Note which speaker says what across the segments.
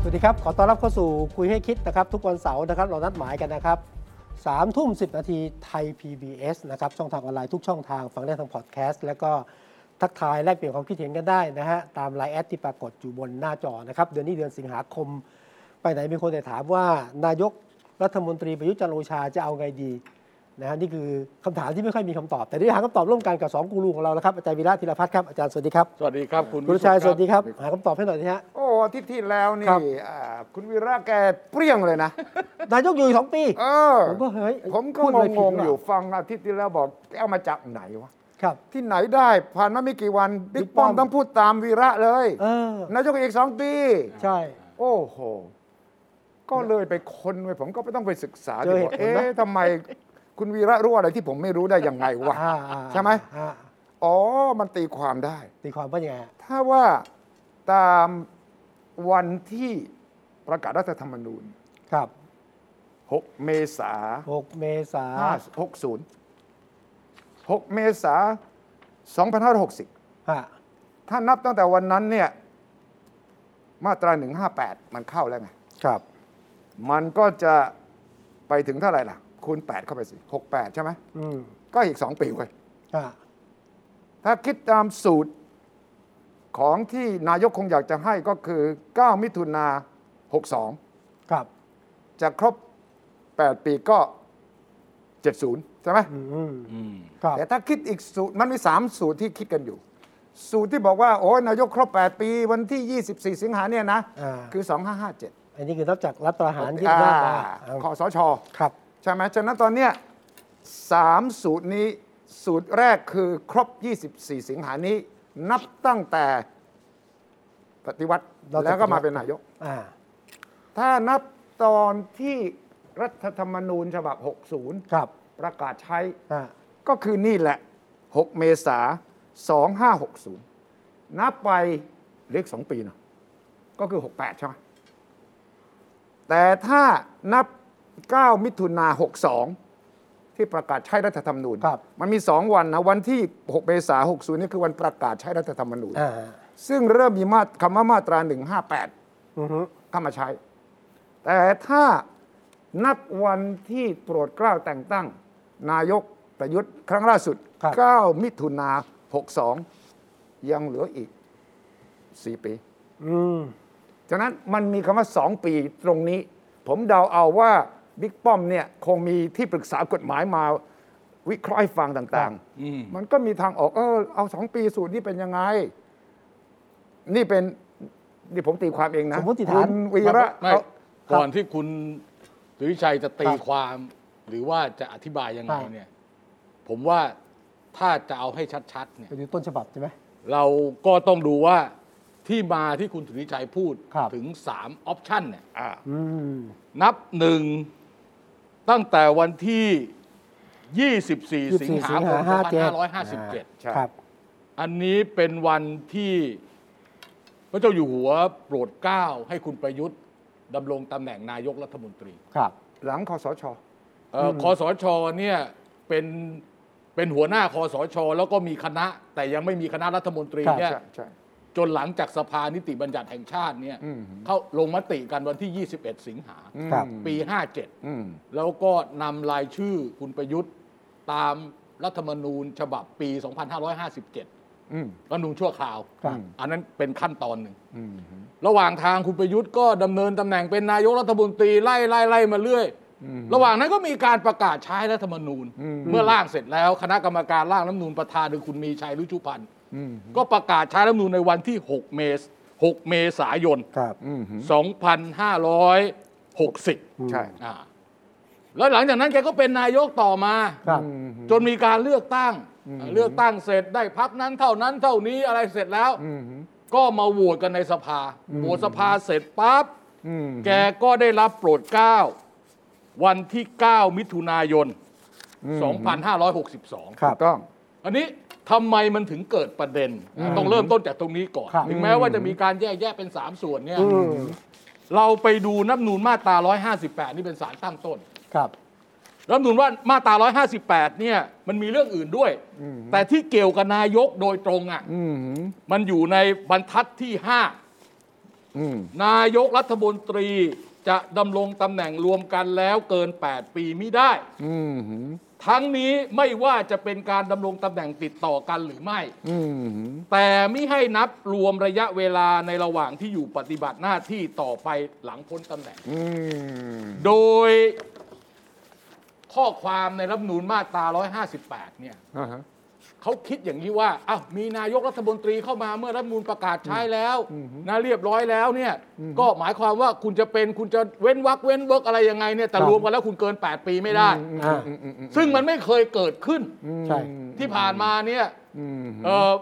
Speaker 1: สวัสดีครับ ขอต้อนรับเข้าสู่คุยให้คิดนะครับ ทุกวันเสาร์นะครับ เรานัดหมายกันนะครับสามทุ่มสินาทีไทย PBS นะครับ ช่องทางออนไลน์ทุกช่องทาง ฟังได้ทางพอดแคสต์ แล้วก็ทักทายแลกเปลี่ยนความคิดเห็นกันได้นะฮะ ตามไลน์แอดที่ปรากฏอยู่บนหน้าจอนะครับ เดือนนี้เดือนสิงหาคม ไปไหนมีคนแต่ถามว่านายกรัฐมนตรีประยุทธ์จันทร์โอชาจะเอาไงดีนะฮะนี่คือคำถามที่ไม่ค่อยมีคำตอบ แต่ที่หาคำตอบร่วมกันกับสองกูรูของเราแล้วครับอาจารย์วีระธีรพัฒน์ครับอาจารย์สวัสดีครับ
Speaker 2: สวัสดีครับ คุณ
Speaker 1: คุณ
Speaker 2: วิ
Speaker 1: ชาย
Speaker 2: ท
Speaker 1: สวัสดีครับหาคำตอบให้หน่อยนะฮะ
Speaker 3: โอ้อาทิตย์ที่แล้วนี่
Speaker 1: ครับ
Speaker 3: อ่าคุณวีระแกเปรี้ยงเลยนะ
Speaker 1: นายกอยู่อีกสองปี
Speaker 3: เออ
Speaker 1: ผมก็เฮ้ย
Speaker 3: ผมก็
Speaker 1: พูด
Speaker 3: ง
Speaker 1: อะไรผิด
Speaker 3: ง
Speaker 1: หรือ
Speaker 3: ๆอ
Speaker 1: อยู่
Speaker 3: ฟังอาทิตย์ที่แล้วบอกเอามาจากไหนวะ
Speaker 1: ครับ
Speaker 3: ที่ไหนได้ ผ่านมาไม่กี่วันบิ๊
Speaker 1: บิ๊
Speaker 3: ก
Speaker 1: กป้
Speaker 3: ป้
Speaker 1: อ
Speaker 3: อ
Speaker 1: ม
Speaker 3: มต้องพูดตามวีระเลย
Speaker 1: เออน
Speaker 3: ายกอีกสองปี
Speaker 1: ใช่
Speaker 3: โอ้โห ก็เลยไปค้นไว้ผมก็ไม่ต้องไปศึกษา
Speaker 1: เจอเหตุ
Speaker 3: ว่า
Speaker 1: ผลนะ
Speaker 3: เอ๊ะทำไมคุณวีระรู้อะไรที่ผมไม่รู้ได้ยังไงวะ
Speaker 1: อ่าอ่า
Speaker 3: ใช่ไหม
Speaker 1: อ่า
Speaker 3: อ๋อ มันตีความได้
Speaker 1: ตีความว่าอย่างไงฮะ
Speaker 3: ถ้าว่าตามวันที่ประกาศรัฐธรรมนูญ
Speaker 1: ครับ
Speaker 3: 6 เมษา
Speaker 1: 6เมษา
Speaker 3: 5 60 6 เมษา2560
Speaker 1: ฮะ
Speaker 3: ถ้านับตั้งแต่วันนั้นเนี่ย มาตรา 158 มันเข้าแล้วไง
Speaker 1: ครับ
Speaker 3: มันก็จะไปถึงเท่าไหร่ล่ะ คูณ 8 เข้าไปสิ 68 ใช่ไหม
Speaker 1: อืม
Speaker 3: ก็อีก 2 ปีเว้ย
Speaker 1: ฮะ
Speaker 3: ถ้าคิดตามสูตรของที่นายกคงอยากจะให้ก็คือ 9 มิถุนา 62
Speaker 1: ครับ
Speaker 3: จะครบ 8 ปีก็ 70 ใช่ไหม
Speaker 1: อืมครับ
Speaker 3: แต่ถ้าคิดอีกสูตรมันมี 3 สูตรที่คิดกันอยู่ สูตรที่บอกว่า โอ้ยนายกครบ 8 ปีวันที่ 24 สิงหาเนี่ยนะ
Speaker 1: อ่า
Speaker 3: คือ 2557
Speaker 1: อันนี้คือนับจากรับประหารที่
Speaker 3: อ่า
Speaker 1: ได้มา
Speaker 3: คอสช
Speaker 1: ครับ
Speaker 3: ใช่ไหมฉะนั้นตอนเนี้ยสามสูตรนี้สูตรแรกคือครบ 24 สิงหานี้ นับตั้งแต่ปฏิวัติ
Speaker 1: เราจะ
Speaker 3: แล้วก็มาเป็นนายก
Speaker 1: อ่า
Speaker 3: ถ้านับตอนที่รัฐธรรมนูญฉบับ 60
Speaker 1: ครับ
Speaker 3: ประกาศใช้
Speaker 1: อ่า
Speaker 3: ก็คือนี่แหละ 6 เมษา 2560 นับไปเรียกสองปีนะก็คือ 68 ใช่ไหม แต่ถ้านับ 9 มิถุนา 62 ที่ประกาศใช้รัฐธรรมนูญ
Speaker 1: ครับ
Speaker 3: มันมี 2 วันนะ วันที่ 6 เมษา 60 นี่คือวันประกาศใช้รัฐธรรมนูญ
Speaker 1: อ่า
Speaker 3: ซึ่งเริ่มมีมาตรคำว่ามาตรา 158
Speaker 1: อือฮึ
Speaker 3: เข้ามาใช้ แต่ถ้านับวันที่โปรดเกล้าแต่งตั้ง นายกประยุทธ์ครั้งล่าสุด 9 มิถุนา 62 ยังเหลืออีก 4 ปี
Speaker 1: อืม
Speaker 3: ฉะนั้นมันมีคำว่า 2 ปีตรงนี้ ผมเดาเอาว่าบิ๊กป้อมเนี่ยคงมีที่ปรึกษากฎหมายมาวิเคราะห์ให้ฟังต่าง
Speaker 2: อืม
Speaker 3: ๆ มันก็มีทางออกเออเอาสองปีสูตรนี่เป็นยังไง นี่เป็นนี่ผมตีความเองนะคุณวีระ
Speaker 2: ไม่ก่อนที่คุณสุวิชัยจะตีความ หรือว่าจะอธิบายยังไงเนี่ย ผมว่าถ้าจะเอาให้ชัดๆเนี่ย
Speaker 1: เป็นอยู่ต้นฉบับใช่ไหม
Speaker 2: เราก็ต้องดูว่าที่มาที่คุณสุวิชัยพูด
Speaker 1: ครับ
Speaker 2: ถึง3ออปชันเนี่ย
Speaker 1: อืม
Speaker 2: นับหนึ่งตั้งแต่วันที่ 24 สิงหาคม2557
Speaker 3: ใช่
Speaker 1: ครับ
Speaker 2: อันนี้เป็นวันที่พระเจ้าอยู่หัวโปรดเกล้าให้คุณประยุทธ์ดำรงตำแหน่งนายกรัฐมนตรี
Speaker 1: ครับ
Speaker 3: หลังคอสช
Speaker 2: เอ่ออคอสชเนี่ยเป็นเป็นหัวหน้าคอสช แล้วก็มีคณะ แต่ยังไม่มีคณะรัฐมนตรี
Speaker 1: ครับ
Speaker 2: เนี่ย
Speaker 3: ใช่ใช่
Speaker 2: จนหลังจากสภานิติบัญญัติแห่งชาติเนี่ย
Speaker 3: อืม
Speaker 2: เข้าลงมติกันวันที่ 21 สิงหา
Speaker 1: ครับ
Speaker 2: ปี
Speaker 3: อืม
Speaker 2: 57 แล้วก็นำรายชื่อคุณประยุทธ์ตามรัฐธรรมนูญฉบับปี 2557
Speaker 3: อืม
Speaker 2: รัฐธรรมนูญชั่วคราว
Speaker 1: ครับ
Speaker 2: อันนั้นเป็นขั้นตอนหนึ่ง
Speaker 3: อืม
Speaker 2: ระหว่างทางคุณประยุทธ์ก็ดำเนินตำแหน่งเป็นนายกรัฐมนตรีไล่ไล่ไล่มาเรื่อย ระหว่างนั้นก็มีการประกาศใช้รัฐธรรมนูญ เมื่อร่างเสร็จแล้วคณะกรรมการร่างรัฐธรรมนูญประธานคือคุณมีชัยรุชุพันธ์
Speaker 3: อืม
Speaker 2: ก็ประกาศใช้รัฐธรรมนูญในวันที่ 6 เมษ6เมษายน
Speaker 1: ครับ
Speaker 3: อืม
Speaker 2: 2560
Speaker 3: ใช่
Speaker 2: อ่าแล้วหลังจากนั้นแกก็เป็นนายกต่อมา
Speaker 1: ครับ
Speaker 2: จนมีการเลือกตั้ง เลือกตั้งเสร็จได้พักนั้นเท่านั้นเท่านี้อะไรเสร็จแล้ว
Speaker 3: อืม
Speaker 2: ก็มาโหวตกันในสภา โหวตสภาเสร็จปั๊บ
Speaker 3: อืม
Speaker 2: แกก็ได้รับโปรดเกล้าวันที่ 9 มิถุนายน 2562
Speaker 1: ครับ
Speaker 3: ถูกต้อง
Speaker 2: อันนี้ทำไมมันถึงเกิดประเด็น ต้องเริ่มต้นจากตรงนี้ก่อน
Speaker 1: ครับ
Speaker 2: ถึงแม้ว่าจะมีการแยกแยะเป็น 3 ส่วนเนี่ย
Speaker 1: อืม
Speaker 2: เราไปดูน้ำนูนมาตรา 158 นี่เป็นสารตั้งต้น
Speaker 1: ครับ
Speaker 2: รัฐธรรมนูญว่ามาตรา 158 เนี่ย มันมีเรื่องอื่นด้วย แต่ที่เกี่ยวกับนายกโดยตรงอ่ะ
Speaker 3: อืมหืม
Speaker 2: มันอยู่ในบรรทัดที่
Speaker 3: อืม
Speaker 2: 5 นายกรัฐมนตรีจะดำรงตำแหน่งรวมกันแล้วเกิน 8 ปีไม่ได้
Speaker 3: อืมหืม
Speaker 2: ทั้งนี้ไม่ว่าจะเป็นการดำรงตำแหน่งติดต่อกันหรือไม่
Speaker 3: อืมหืม
Speaker 2: แต่ไม่ให้นับรวมระยะเวลาในระหว่างที่อยู่ปฏิบัติหน้าที่ต่อไปหลังพ้นตำแหน่ง
Speaker 3: อืม
Speaker 2: โดยข้อความในรัฐธรรมนูญมาตรา 158 เนี่ย
Speaker 3: อ่าฮะ
Speaker 2: เขาคิดอย่างนี้ว่าอ้าวมีนายกรัฐมนตรีเข้ามาเมื่อรัฐธรรมนูลประกาศใช้แล้วนะเรียบร้อยแล้วเนี่ย ก็หมายความว่าคุณจะเป็นคุณจะเว้นวักเว้นเวิกอะไรยังไงเนี่ยแต่
Speaker 1: ครับ
Speaker 2: รวมกันแล้วคุณเกิน 8 ปีไม่ได้
Speaker 1: อ่า
Speaker 2: ซึ่งมันไม่เคยเกิดขึ้น
Speaker 1: ใช่
Speaker 2: ที่ผ่านมาเนี่ย
Speaker 3: อืม
Speaker 2: เออ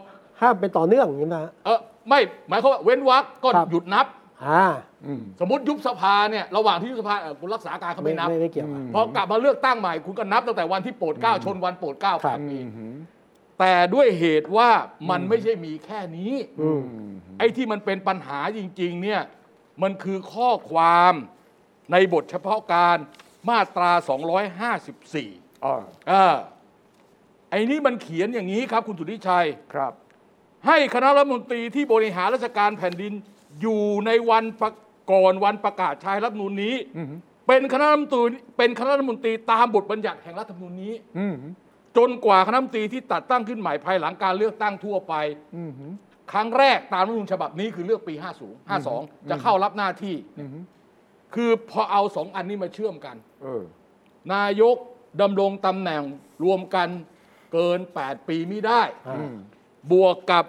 Speaker 1: ห้ามเป็นต่อเนื่องอย่างนี้นะฮะ
Speaker 2: เออไม่หมายความว่าเว้นวักก็
Speaker 1: ครับ
Speaker 2: หยุดนับ
Speaker 1: อ่า
Speaker 3: อืม
Speaker 2: สมมติยุบสภาเนี่ยระหว่างที่ยุบสภาเอ่อคุณรักษาการเขา
Speaker 1: ไม่
Speaker 2: ไม่นับ
Speaker 1: ไม่ไม่เกี่ยวอ่ะ
Speaker 2: พอกลับมาเลือกตั้งใหม่คุณก็นับตั้งแต่วันที่โปรดเกล้าชนวันโปรดเกล้า
Speaker 1: ครั
Speaker 2: แป
Speaker 1: บ
Speaker 2: ด
Speaker 3: อื
Speaker 2: ปี
Speaker 3: มหืม
Speaker 2: แต่ด้วยเหตุว่ามันไม่ใช่มีแค่นี้
Speaker 1: อืม
Speaker 3: อืมหืม
Speaker 2: ไอ้ที่มันเป็นปัญหาจริง ๆ เนี่ย มันคือข้อความในบทเฉพาะการมาตรา 254
Speaker 3: อ๋อ
Speaker 2: เออไอ้นี่มันเขียนอย่างนี้ครับคุณสุทธิชัย
Speaker 3: ครับ
Speaker 2: ให้คณะรัฐมนตรีที่บริหารราชการแผ่นดินอยู่ในวันประก่อนวันประกาศใช้รัฐธรรมนูญนี้
Speaker 3: อืมหืม
Speaker 2: เป็นคณะรัฐมนตรีเป็นคณะรัฐมนตรีตามบทบัญญัติแห่งรัฐธรรมนูญนี้
Speaker 3: อืมหืม
Speaker 2: จนกว่าคณะรัฐมนตรีที่ตัดตั้งขึ้นใหม่ภายหลังการเลือกตั้งทั่วไป
Speaker 3: อืมหืม
Speaker 2: ครั้งแรกตามรัฐธรรมนูญฉบับนี้คือเลือกปี 50 52 จะเข้ารับหน้าที่
Speaker 3: อืมหืม
Speaker 2: คือพอเอาสองอันนี้มาเชื่อมกัน
Speaker 3: เออน
Speaker 2: ายกดำรงตำแหน่งรวมกันเกิน 8 ปีไม่ได้
Speaker 1: อ่า
Speaker 3: อืม
Speaker 2: บวกกับ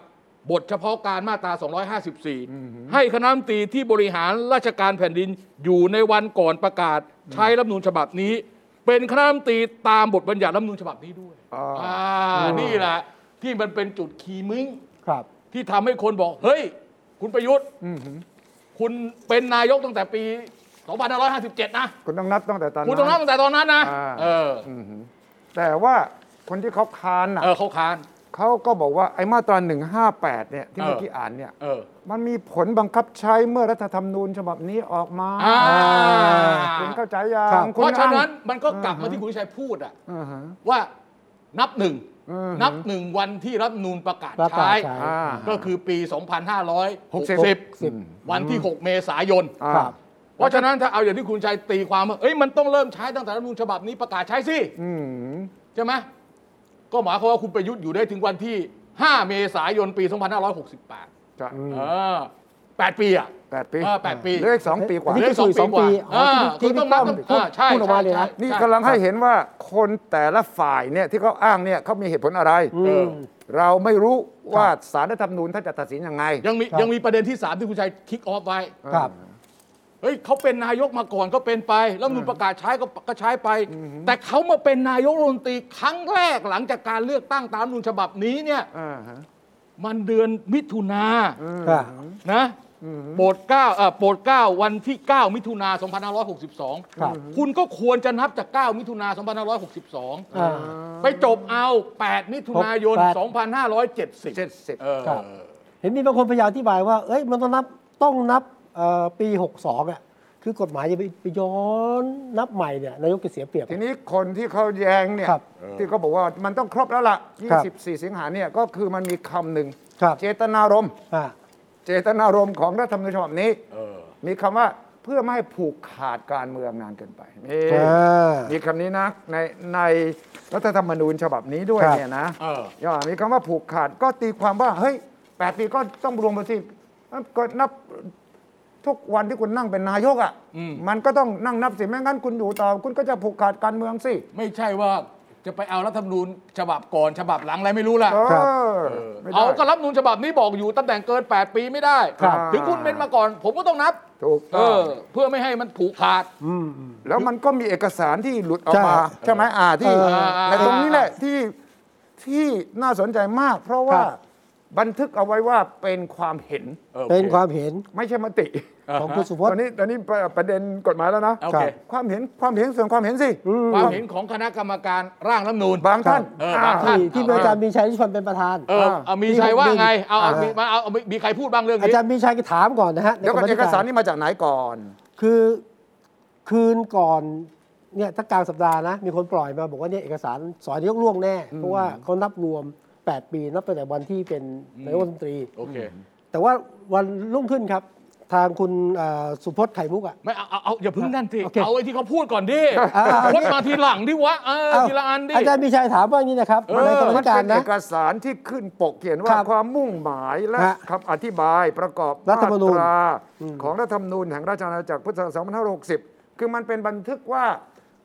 Speaker 2: บทเฉพาะการมาตรา
Speaker 3: อือหือ
Speaker 2: 254 ให้คณะรัฐมนตรีที่บริหารราชการแผ่นดินอยู่ในวันก่อนประกาศใช้รัฐธรรมนูญฉบับนี้ เป็นคณะรัฐมนตรีตามบทบัญญัติรัฐธรรมนูญฉบับนี้ด้วย
Speaker 3: อ่า
Speaker 2: อ่า
Speaker 1: อืม
Speaker 2: นี่แหละที่มันเป็นจุดคีย์มึง
Speaker 1: ครับ
Speaker 2: ที่ทำให้คนบอก เฮ้ย คุณประยุทธ์
Speaker 3: อืมหืม
Speaker 2: คุณเป็นนายกตั้งแต่ปี 2557 นะ
Speaker 3: คุณต้องนับตั้งแต่ตอน
Speaker 2: คุณต้องนับ
Speaker 3: นั้น
Speaker 2: ตั้งแต่ตอนนั้นนะ
Speaker 3: อ่า
Speaker 2: เออ
Speaker 3: อืมหืมแต่ว่าคนที่เขาค้านน่ะ
Speaker 2: เออเขาค้าน
Speaker 3: เขาก็บอกว่าไอ้มาตรา158 เนี่ย ที่
Speaker 2: เออ
Speaker 3: เมื่อกี้อ่านเนี่ย
Speaker 2: เออ
Speaker 3: มันมีผลบังคับใช้เมื่อรัฐธรรมนูญฉบับนี้ออกมา
Speaker 2: อ่า
Speaker 3: คุณเข้าใจยั
Speaker 1: ครับ
Speaker 3: ง
Speaker 2: เพ
Speaker 3: คุณ
Speaker 2: ราะฉะนั้น
Speaker 3: อ่
Speaker 2: มันก็กลับมาที่คุณวิชัยพูดอะ
Speaker 3: อ่าฮะ
Speaker 2: ว่านับหนึ่ง
Speaker 3: อือฮึ
Speaker 2: นับหนึ่งวันที่รัฐธรรมนูนประกาศ
Speaker 1: ประกา
Speaker 2: ใช้
Speaker 1: ศใช้
Speaker 3: อ่า
Speaker 2: ก็คือปี
Speaker 3: สิบ
Speaker 2: 2560 วันที่ 6 เมษายน
Speaker 3: อ่า
Speaker 1: ครับ
Speaker 2: เพราะฉะนั้นถ้าเอาอย่างที่คุณชัยตีความว่าเอ้ยมันต้องเริ่มใช้ตั้งแต่รัฐธรรมนูญฉบับนี้ประกาศใช้สิ
Speaker 3: อืมหืม
Speaker 2: ใช่ไหมก็หมายความว่าคุณประยุทธ์อยู่ได้ถึงวันที่ 5 เมษายนปี 2568
Speaker 3: จะ
Speaker 2: เออ8ปีอ่ะ
Speaker 3: แปดปี
Speaker 2: เออแปดปี
Speaker 3: เหลืออีกสองปีกว่า
Speaker 1: อันนี้
Speaker 2: เรื่สอง
Speaker 1: คือส
Speaker 2: ปีกว่า
Speaker 1: องปีอ๋อที่
Speaker 2: คุณต้องนับ
Speaker 1: ที่
Speaker 2: ตั้ง
Speaker 1: พี่
Speaker 2: อ่าใช่
Speaker 1: พูดออกมาเลยนะ
Speaker 2: ใช่ใช่
Speaker 3: นี่
Speaker 2: ใช่
Speaker 3: กำลังให้เห็นว่าคนแต่ละฝ่ายเนี่ยที่เขาอ้างเนี่ยเขามีเหตุผลอะไร
Speaker 1: อื
Speaker 2: เออ
Speaker 1: ม
Speaker 3: เราไม่รู้ว่าสารรัฐธรรมนูญท่านจะตัดสินยังไง
Speaker 2: ยังมี
Speaker 1: ครับ
Speaker 2: ยังมีประเด็นที่ 3 ที่คุณชัยคิกออฟไว้
Speaker 1: ครับ
Speaker 2: เฮ้ยเขาเป็นนายกมาก่อนก็เป็นไป แล้วมนูญประกาศใช้ก็ก็ใช้ไป แต่เขามาเป็นนายกรัฐมนตรีครั้งแรกหลังจากการเลือกตั้งตามรัฐธรรมนูญฉบับนี้เนี่ย
Speaker 3: อ่าฮะ
Speaker 2: มันเดือนมิถุนา
Speaker 1: อ่า
Speaker 2: นะโปรดเกล้าเอ่อโปรดเกล้าวันที่ 9 มิถุนา2562
Speaker 1: ครับ
Speaker 2: คุณก็ควรจะนับจาก 9 มิถุนา2562
Speaker 1: อ่า
Speaker 2: ไปจบเอา 8 มิถุนายน
Speaker 1: หกแปด
Speaker 3: เจ็ด
Speaker 2: 2570
Speaker 3: สิบ
Speaker 2: เออ
Speaker 1: ครับ เห็นมีบางคนพยายามอธิบายว่า เอ้ย มันต้องนับ ต้องนับเอ่อปี 62อ่ะ คือกฎหมายจะไปไปย้อนนับใหม่เนี่ย นายกจะเสียเปรียบ
Speaker 3: ทีนี้คนที่เขาแย้งเนี่ย
Speaker 1: ครับ
Speaker 3: ที่เขาบอกว่ามันต้องครบแล้วล่ะ
Speaker 1: ครับ
Speaker 3: 24 สิงหาเนี่ยก็คือมันมีคำหนึ่ง
Speaker 1: ครับ
Speaker 3: เจตนารมณ์
Speaker 1: อ่า
Speaker 3: เจตนารมณ์ของรัฐธรรมนูญฉบับนี้
Speaker 2: เออ
Speaker 3: มีคำว่าเพื่อไม่ให้ผูกขาดการเมืองนานเกินไปนี่
Speaker 1: อ่ามี
Speaker 3: มีคำนี้นะในในรัฐธรรมนูญฉบับนี้ด้วย
Speaker 1: ครับ
Speaker 3: เนี่ยนะ
Speaker 2: เออ
Speaker 3: ย่อมีคำว่าผูกขาดก็ตีความว่าเฮ้ยแปดปีก็ต้องรวมไปสิก็นับทุกวันที่คุณนั่งเป็นนายกอ่ะมันก็ต้องนั่งนับสิไม่งั้นคุณอยู่ต่อ คุณก็จะผูกขาดการเมืองสิ
Speaker 2: ไม่ใช่ว่าจะไปเอารัฐธรรมนูญฉบับก่อนฉบับหลังอะไรไม่รู้ล่ะ
Speaker 3: เอ
Speaker 1: ครับ
Speaker 3: อ
Speaker 2: เออ
Speaker 3: ไม่ได้
Speaker 2: เอาก็รับนูญฉบับนี้บอกอยู่ตำแหน่งเกิน 8 ปีไม่ได้
Speaker 3: ครับ
Speaker 2: ถึงคุณเป็นมาก่อน ผมก็ต้องนับ
Speaker 3: ถูก
Speaker 2: เอ
Speaker 3: ต้อง
Speaker 2: อ เพื่อไม่ให้มันผูกขาด
Speaker 1: อืมอืม
Speaker 3: แล้วมันก็มีเอกสารที่หลุดออกมา
Speaker 1: ใช่
Speaker 3: ใช่ไหมอ่าที่
Speaker 1: เออ
Speaker 3: ในตรงนี้แหละที่ที่น่าสนใจมาก เพราะว่า
Speaker 1: ครับ
Speaker 3: บันทึกเอาไว้ว่าเป็นความเห็น
Speaker 2: เออ
Speaker 1: เป็นความเห็น
Speaker 3: ไม่ใช่มติ
Speaker 2: เ
Speaker 1: ของคุณสุพ
Speaker 3: ต
Speaker 1: จ
Speaker 3: อน
Speaker 1: น์
Speaker 3: นี้ตอนนี้ประประเด็นกฎหมายแล้วนะ
Speaker 2: โอเค
Speaker 3: ความเห็นความเห็นส่วนความเห็นสิ
Speaker 2: ความเห็นของคณะกรรมการร่างรัฐธรรมนูญ
Speaker 3: บางท่าน
Speaker 2: เออ
Speaker 3: อ่า
Speaker 2: บางท่
Speaker 1: ที่ที่อาจารย์มีชัยที่ชวนเป็นประธาน
Speaker 2: เออเอามีชัยว่าไง เอาเอา
Speaker 1: อ่ามี
Speaker 2: มีมาเอาเอามีมีใครพูดบ้างเรื่อง
Speaker 1: อา
Speaker 2: นี้
Speaker 1: จารย์มีชัยก็ถามก่อนนะฮะ
Speaker 3: เดี๋ยวก่อน
Speaker 1: ใน
Speaker 3: เอ
Speaker 1: ม
Speaker 3: ก
Speaker 1: ธิ
Speaker 3: สารนี่มาจากไหนก่อน
Speaker 1: คือคืนก่อนเนี่ยถ้ากลางสัปดาห์นะ มีคนปล่อยมาบอกว่าเนี่ยเอกสารสอยนายกล่วงแน่ เพราะว่าเขานับรวม 8 ปีนับตั้งแต่วันที่เป็นนายกรัฐมนตรี
Speaker 2: โอเค
Speaker 1: แต่ว่าวันรุ่งขึ้นครับ ทางคุณเอ่อสุพจน์ไข่มุกอ่ะ
Speaker 2: ไม่เอาเอาเอาอย่าเพึ่งนั่นสิ
Speaker 1: โอเค
Speaker 2: เอาไอ้ที่เขาพูดก่อนดิ
Speaker 1: อ่าๆ
Speaker 2: พูดมาทีหลังดิวะเออ
Speaker 1: เา
Speaker 2: ทีละอันดิ
Speaker 1: อาจารย์มีชัยถามว่าอย่างนี้นะครับ
Speaker 2: เออ
Speaker 1: มาในกรรมธิ
Speaker 3: มัน
Speaker 1: การ
Speaker 3: เป็นเอ
Speaker 1: นะ
Speaker 3: กสารที่ขึ้นปกเขียนว่า
Speaker 1: ครับ
Speaker 3: ความมุ่งหมายและ
Speaker 1: ฮะ
Speaker 3: คำอธิบายประกอบ
Speaker 1: รัฐธรรมนูญ
Speaker 3: าตาของรัฐธรรมนูญแห่งราชอาณาจักรพุทธศักราช2560 คือมันเป็นบันทึกว่า